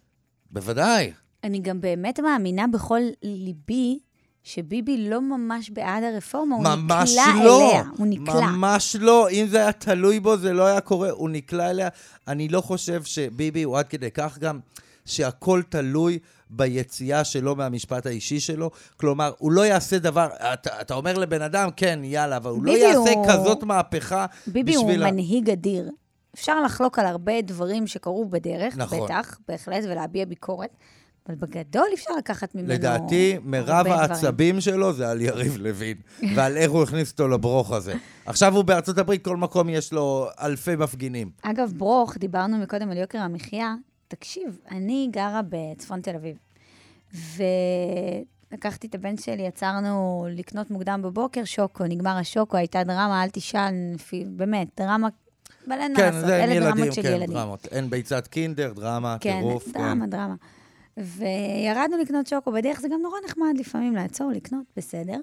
C: בוודאי.
B: אני גם באמת מאמינה בכל ליבי שביבי לא ממש בעד הרפורמה, הוא
C: ממש
B: נקלע
C: לא.
B: אליה. הוא נקלע.
C: ממש לא. אם זה היה תלוי בו, זה לא היה קורה. הוא נקלע אליה. אני לא חושב שביבי הוא עד כדי כך גם, שהכל תלוי ביציאה שלו מהמשפט האישי שלו. כלומר, הוא לא יעשה דבר... אתה, אתה אומר לבן אדם, כן, יאללה, אבל הוא לא
B: ביבי
C: יעשה
B: הוא-
C: כזאת מהפכה
B: ביבי הוא
C: בשביל... ה-
B: מנהיג אדיר. אפשר לחלוק על הרבה דברים שקרו בדרך,
C: נכון.
B: בטח, בהחלט, ולהביע ביקורת, אבל בגדול אי אפשר לקחת ממנו
C: לדעתי, מירב
B: הרבה דברים.
C: העצבים שלו זה על יריב לוין, ועל איך הוא הכניס אותו לברוך הזה. עכשיו הוא בארצות הברית, כל מקום יש לו אלפי מפגינים.
B: אגב, ברוך, דיברנו מקודם על יוקר המחיה. תקשיב, אני גרה בצפון תל אביב, ולקחתי את הבן שלי, יצרנו לקנות מוקדם בבוקר שוקו, נגמר השוקו, הייתה דרמה, אל תשאל, לפי- באמת, דרמה, אבל אין מה
C: כן,
B: לעשות,
C: זה אין
B: אלה
C: ילדים,
B: דרמות של
C: כן,
B: ילדים.
C: דרמות. אין ביצת קינדר, דרמה,
B: כן,
C: טירוף.
B: דרמה, דרמה. וירדנו לקנות שוקו בדרך, זה גם נורא נחמד לפעמים לעצור, לקנות, בסדר.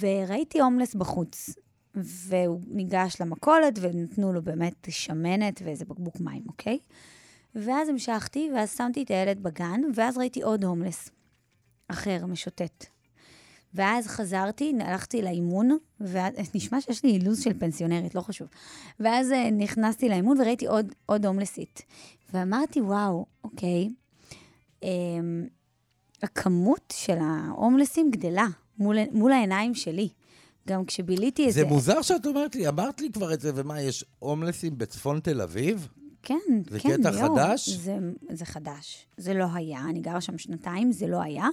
B: וראיתי הומלס בחוץ, והוא ניגש למכולת, ונתנו לו באמת שמנת ואיזה בקבוק מים, אוקיי? ואז המשכתי, ואז שמתי את הילד בגן, ואז ראיתי עוד הומלס אחר, משוטט. ואז חזרתי, הלכתי לאימון, ואז- (laughs) נשמע שיש לי אילוז של פנסיונרית, לא חשוב. ואז אה, נכנסתי לאימון וראיתי עוד, עוד הומלסית. ואמרתי, וואו, אוקיי, אמ, הכמות של ההומלסים גדלה מול, מול העיניים שלי. גם כשביליתי את זה...
C: זה מוזר שאת אומרת לי, אמרת לי כבר את זה, ומה, יש הומלסים בצפון תל אביב?
B: כן,
C: זה
B: כן,
C: קטע
B: יואו,
C: חדש?
B: זה, זה חדש. זה לא היה, אני גרה שם שנתיים, זה לא היה.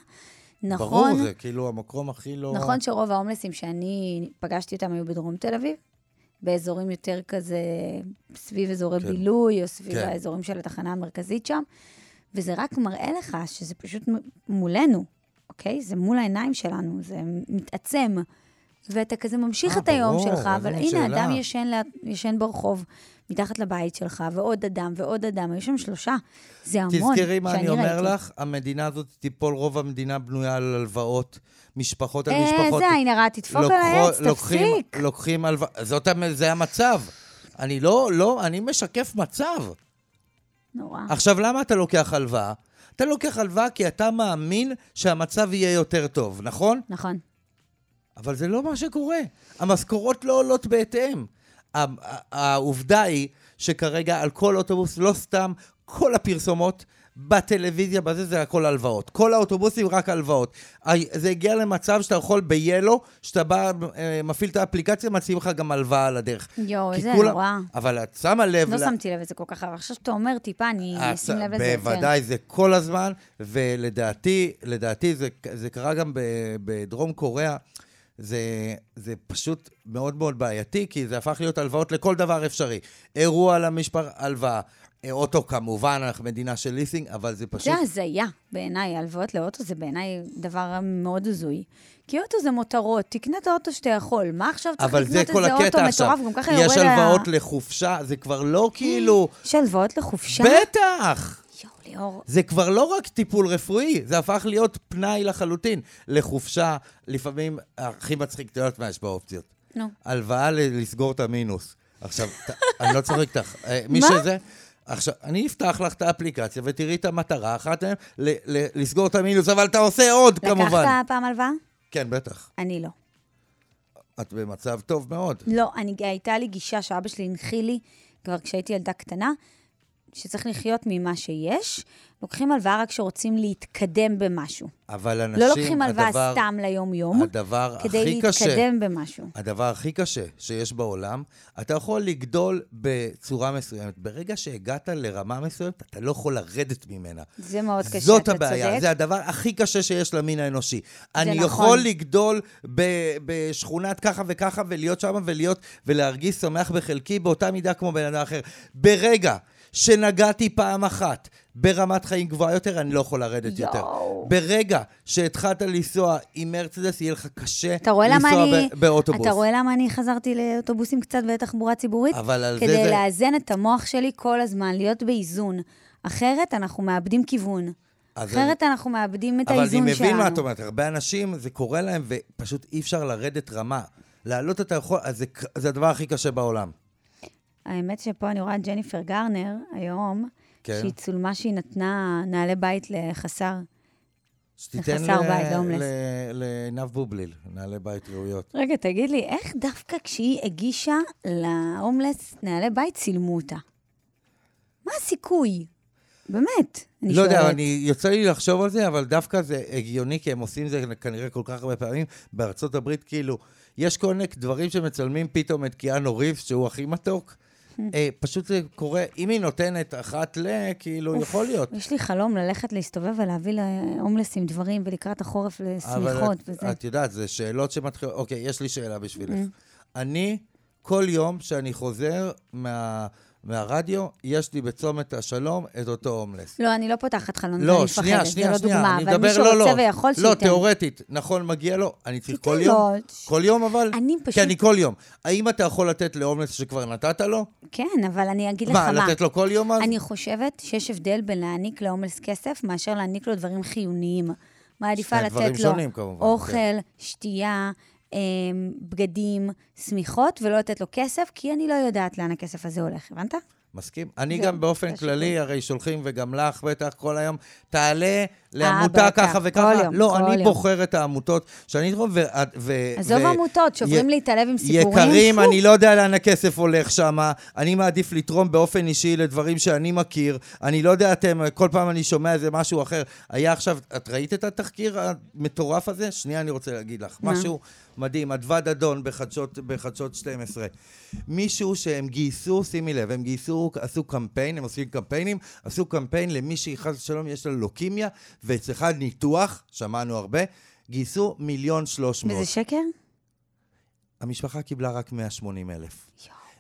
B: נכון,
C: ברור, זה כאילו המקום הכי לא...
B: נכון שרוב ההומלסים שאני פגשתי אותם היו בדרום תל אביב, באזורים יותר כזה, סביב אזורי
C: כן.
B: כן. בילוי, או סביב
C: כן.
B: כן. האזורים של התחנה המרכזית שם, וזה רק מראה לך שזה פשוט מ- מולנו, אוקיי? זה מול העיניים שלנו, זה מתעצם. ואתה כזה ממשיך
C: אה,
B: את היום
C: ברור,
B: שלך, אבל
C: אין
B: הנה,
C: שאלה.
B: אדם ישן, לה- ישן ברחוב, מתחת לבית שלך, ועוד אדם ועוד אדם, היו שם שלושה. זה המון,
C: תזכרי מה
B: שאני
C: אני אומר
B: ראיתי.
C: לך, המדינה הזאת תיפול, רוב המדינה בנויה על הלוואות, משפחות על
B: אה,
C: משפחות.
B: זה עין הרע, תדפוק על
C: לוקחו-
B: העץ,
C: לוקחים- לא-
B: תפסיק.
C: לוקחים הלוואה, זאת המ- זה המצב. אני לא, לא, אני משקף מצב.
B: נורא.
C: עכשיו, למה אתה לוקח הלוואה? אתה לוקח הלוואה כי אתה מאמין שהמצב יהיה יותר טוב, נכון?
B: נכון.
C: אבל זה לא מה שקורה. המשכורות לא עולות בהתאם. ה- ה- העובדה היא שכרגע על כל אוטובוס, לא סתם, כל הפרסומות בטלוויזיה, בזה זה הכל הלוואות. כל האוטובוסים רק הלוואות. ה- זה הגיע למצב שאתה יכול ב-Yellow, שאתה בא, אה, מפעיל את האפליקציה, מציעים לך גם הלוואה על הדרך.
B: יואו,
C: כי
B: איזה
C: כולם-
B: נורא.
C: אבל את שמה לב...
B: לא
C: ל-
B: שמתי לב לזה כל כך, אבל עכשיו שאתה אומר טיפה, אני אשים לב לזה. כן. יותר.
C: אה, בוודאי, זה כל הזמן, ולדעתי, לדעתי זה, זה קרה גם ב, בדרום קוריאה. זה, זה פשוט מאוד מאוד בעייתי, כי זה הפך להיות הלוואות לכל דבר אפשרי. אירוע למשפחה, הלוואה. אה, אוטו כמובן, אנחנו מדינה של ליסינג, אבל זה פשוט...
B: זה הזיה בעיניי, הלוואות לאוטו זה בעיניי דבר מאוד הזוי. כי אוטו זה מותרות, תקנה את האוטו שאתה יכול. מה עכשיו צריך
C: אבל
B: לקנות
C: זה
B: איזה
C: כל
B: אוטו
C: הקטע עכשיו.
B: מטורף? גם ככה יורד כן.
C: יש
B: ה-
C: הלוואות לחופשה, זה כבר לא כאילו...
B: יש הלוואות לחופשה?
C: בטח!
B: יואו, ליאור.
C: זה כבר לא רק טיפול רפואי, זה הפך להיות פנאי לחלוטין. לחופשה, לפעמים הכי מצחיק, את יודעת מה יש באופציות.
B: נו.
C: הלוואה ל- לסגור את המינוס. עכשיו, ת- אני לא צוחק איתך. אה, מי
B: מה?
C: שזה... עכשיו, אני אפתח לך את האפליקציה ותראי את המטרה אחת מהם, ל- ל- לסגור את המינוס, אבל אתה עושה עוד, כמובן.
B: לקחת פעם הלוואה?
C: כן, בטח.
B: אני לא.
C: את במצב טוב מאוד.
B: לא, אני, הייתה לי גישה שאבא שלי הנחיל לי כבר כשהייתי ילדה קטנה, שצריך לחיות ממה שיש. לוקחים הלוואה רק כשרוצים להתקדם במשהו.
C: אבל אנשים,
B: לא לוקחים הלוואה
C: הדבר-
B: סתם ליום-יום,
C: הדבר
B: כדי
C: הכי קשה-
B: להתקדם במשהו.
C: הדבר הכי קשה שיש בעולם, אתה יכול לגדול בצורה מסוימת. ברגע שהגעת לרמה מסוימת, אתה לא יכול לרדת ממנה.
B: זה מאוד קשה,
C: זאת
B: אתה
C: הבעיה,
B: צודק.
C: זה הדבר הכי קשה שיש למין האנושי. אני
B: נכון.
C: יכול לגדול ב- בשכונת ככה וככה, ולהיות שם ולהיות, ולהרגיש שמח בחלקי באותה מידה כמו בן אדם אחר. ברגע שנגעתי פעם אחת ברמת חיים גבוהה יותר, אני לא יכול לרדת
B: יואו.
C: יותר. ברגע שהתחלת לנסוע עם מרצדס, יהיה לך קשה
B: אתה רואה למה
C: לנסוע
B: אני...
C: ב- באוטובוס.
B: אתה רואה למה אני חזרתי לאוטובוסים קצת ולתחבורה ציבורית?
C: אבל על זה
B: כדי
C: זה-
B: לאזן את המוח שלי כל הזמן, להיות באיזון. אחרת אנחנו מאבדים כיוון.
C: אז
B: אחרת אנחנו מאבדים את
C: אבל
B: האיזון
C: אני
B: שלנו.
C: מבין מה את אומרת, הרבה אנשים, זה קורה להם, ופשוט אי אפשר לרדת רמה. לעלות אתה יכול, אז זה, ק- זה הדבר הכי קשה בעולם.
B: האמת שפה אני רואה את ג'ניפר גרנר היום,
C: כן.
B: שהיא צולמה שהיא נתנה נעלי בית לחסר.
C: שתיתן
B: לחסר
C: ל-
B: בית, להומלס.
C: ל- לעינב בובליל, נעלי בית ראויות.
B: רגע, תגיד לי, איך דווקא כשהיא הגישה להומלס נעלי בית, צילמו אותה? מה הסיכוי? באמת, אני
C: לא יודע,
B: שואלת.
C: אני, יוצא לי לחשוב על זה, אבל דווקא זה הגיוני, כי הם עושים זה כנראה כל כך הרבה פעמים. בארצות הברית, כאילו, יש כל מיני דברים שמצלמים פתאום את קיאנו ריבס, שהוא הכי מתוק.
B: Hmm.
C: אה, פשוט זה קורה, אם היא נותנת אחת ל, כאילו, יכול להיות.
B: יש לי חלום ללכת להסתובב ולהביא להומלסים דברים, ולקראת החורף לשמיכות
C: את,
B: וזה.
C: את יודעת, זה שאלות שמתחילות... אוקיי, יש לי שאלה בשבילך.
B: Mm.
C: אני, כל יום שאני חוזר מה, מהרדיו, יש לי בצומת השלום את אותו הומלס.
B: לא, אני לא פותחת חלון, אני
C: לא,
B: מפחדת,
C: שנייה,
B: זה
C: שנייה,
B: לא דוגמה.
C: שנייה, אני
B: אבל מי
C: מדבר, לא,
B: שרוצה
C: לא.
B: ויכול,
C: לא,
B: שייתן.
C: תיאורטית, נכון, מגיע לו, אני צריך
B: תיתן
C: כל
B: לו.
C: יום. כל יום אבל?
B: אני פשוט-
C: כי אני כל יום. האם אתה יכול לתת להומלס שכבר נתת לו?
B: כן, אבל אני אגיד לך
C: מה,
B: מה.
C: לתת לו כל יום אז?
B: אני חושבת שיש הבדל בין להעניק להומלס כסף מאשר להעניק לו דברים חיוניים. מעדיפה
C: שני דברים
B: לתת לו
C: שונים, כמובן,
B: אוכל,
C: כן.
B: שתייה, אה, בגדים, שמיכות, ולא לתת לו כסף, כי אני לא יודעת לאן הכסף הזה הולך, הבנת?
C: מסכים? אני
B: זהו,
C: גם באופן
B: זה
C: כללי, הרי שולחים, וגם לך בטח כל היום, תעלה
B: אה, בטח,
C: לעמותה ככה
B: כל
C: וככה.
B: יום,
C: לא,
B: כל
C: אני
B: יום.
C: בוחר את העמותות שאני רואה, ו... ו-
B: עזוב
C: ו-
B: עמותות, שוברים
C: י-
B: לי את הלב עם סיפורים.
C: יקרים,
B: פו.
C: אני לא יודע לאן הכסף הולך שם, אני מעדיף לתרום באופן אישי לדברים שאני מכיר. אני לא יודע, אתם, כל פעם אני שומע איזה משהו אחר. היה עכשיו, את ראית את התחקיר המטורף הזה? שנייה, אני רוצה להגיד לך.
B: מה?
C: משהו מדהים, אדוה דדון בחדשות, בחדשות 12. מישהו שהם גייסו, שימי לב, הם גייסו, עשו קמפיין, הם עושים קמפיינים, עשו קמפיין למישהי, חס ושלום, יש לה לוקימיה, ואצלך ניתוח, שמענו הרבה, גייסו מיליון שלוש מאות.
B: וזה שקר?
C: המשפחה קיבלה רק 180 אלף.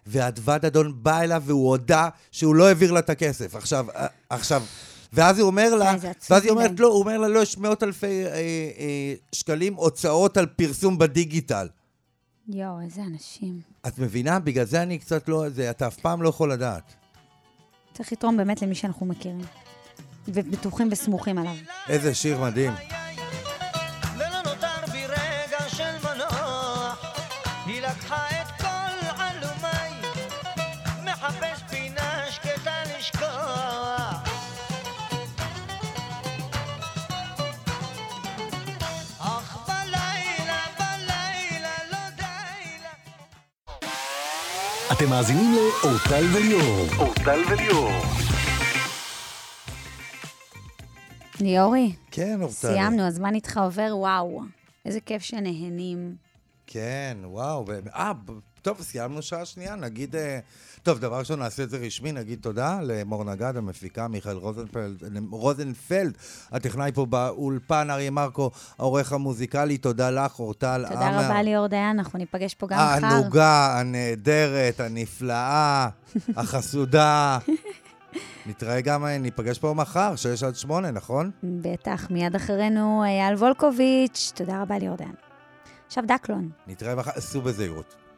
C: והאדווה דדון בא אליו והוא הודה שהוא לא העביר לה את הכסף. עכשיו, אה, עכשיו... ואז הוא אומר לה,
B: אה, זה עצוב
C: ואז היא אומרת
B: מדי.
C: לא, הוא אומר לה, לא, יש מאות אלפי אה, אה, שקלים הוצאות על פרסום בדיגיטל.
B: יואו, איזה אנשים.
C: את מבינה? בגלל זה אני קצת לא... זה, אתה אף פעם לא יכול לדעת.
B: צריך לתרום באמת למי שאנחנו מכירים. ובטוחים וסמוכים עליו.
C: איזה שיר מדהים.
H: ולא נותר בי רגע של מנוח. היא לקחה את כל עלומיי, מחפש פינה שקטה לשכוח. אך בלילה, בלילה, לא די לה.
A: אתם מאזינים לאורטל וליאור. אורטל וליאור.
B: ליאורי,
C: כן, אורטל.
B: סיימנו, הזמן איתך עובר, וואו. איזה כיף שנהנים.
C: כן, וואו. ו- אה, ב- טוב, סיימנו שעה שנייה, נגיד... אה, טוב, דבר ראשון, נעשה את זה רשמי, נגיד תודה למור נגד, המפיקה, מיכאל רוזנפלד, רוזנפלד, הטכנאי פה באולפן, אריה מרקו, העורך המוזיקלי, תודה לך, אורטל עמר.
B: תודה רבה ליאור דיין, אנחנו ניפגש פה
C: אה,
B: גם מחר.
C: הענוגה, הנהדרת, הנפלאה, החסודה. נתראה גם, אה, ניפגש פה מחר, שש עד שמונה, נכון?
B: בטח, מיד אה, אחרינו אייל וולקוביץ', תודה רבה ליאור דיין. עכשיו דקלון.
C: נתראה מחר, סעו בזהירות.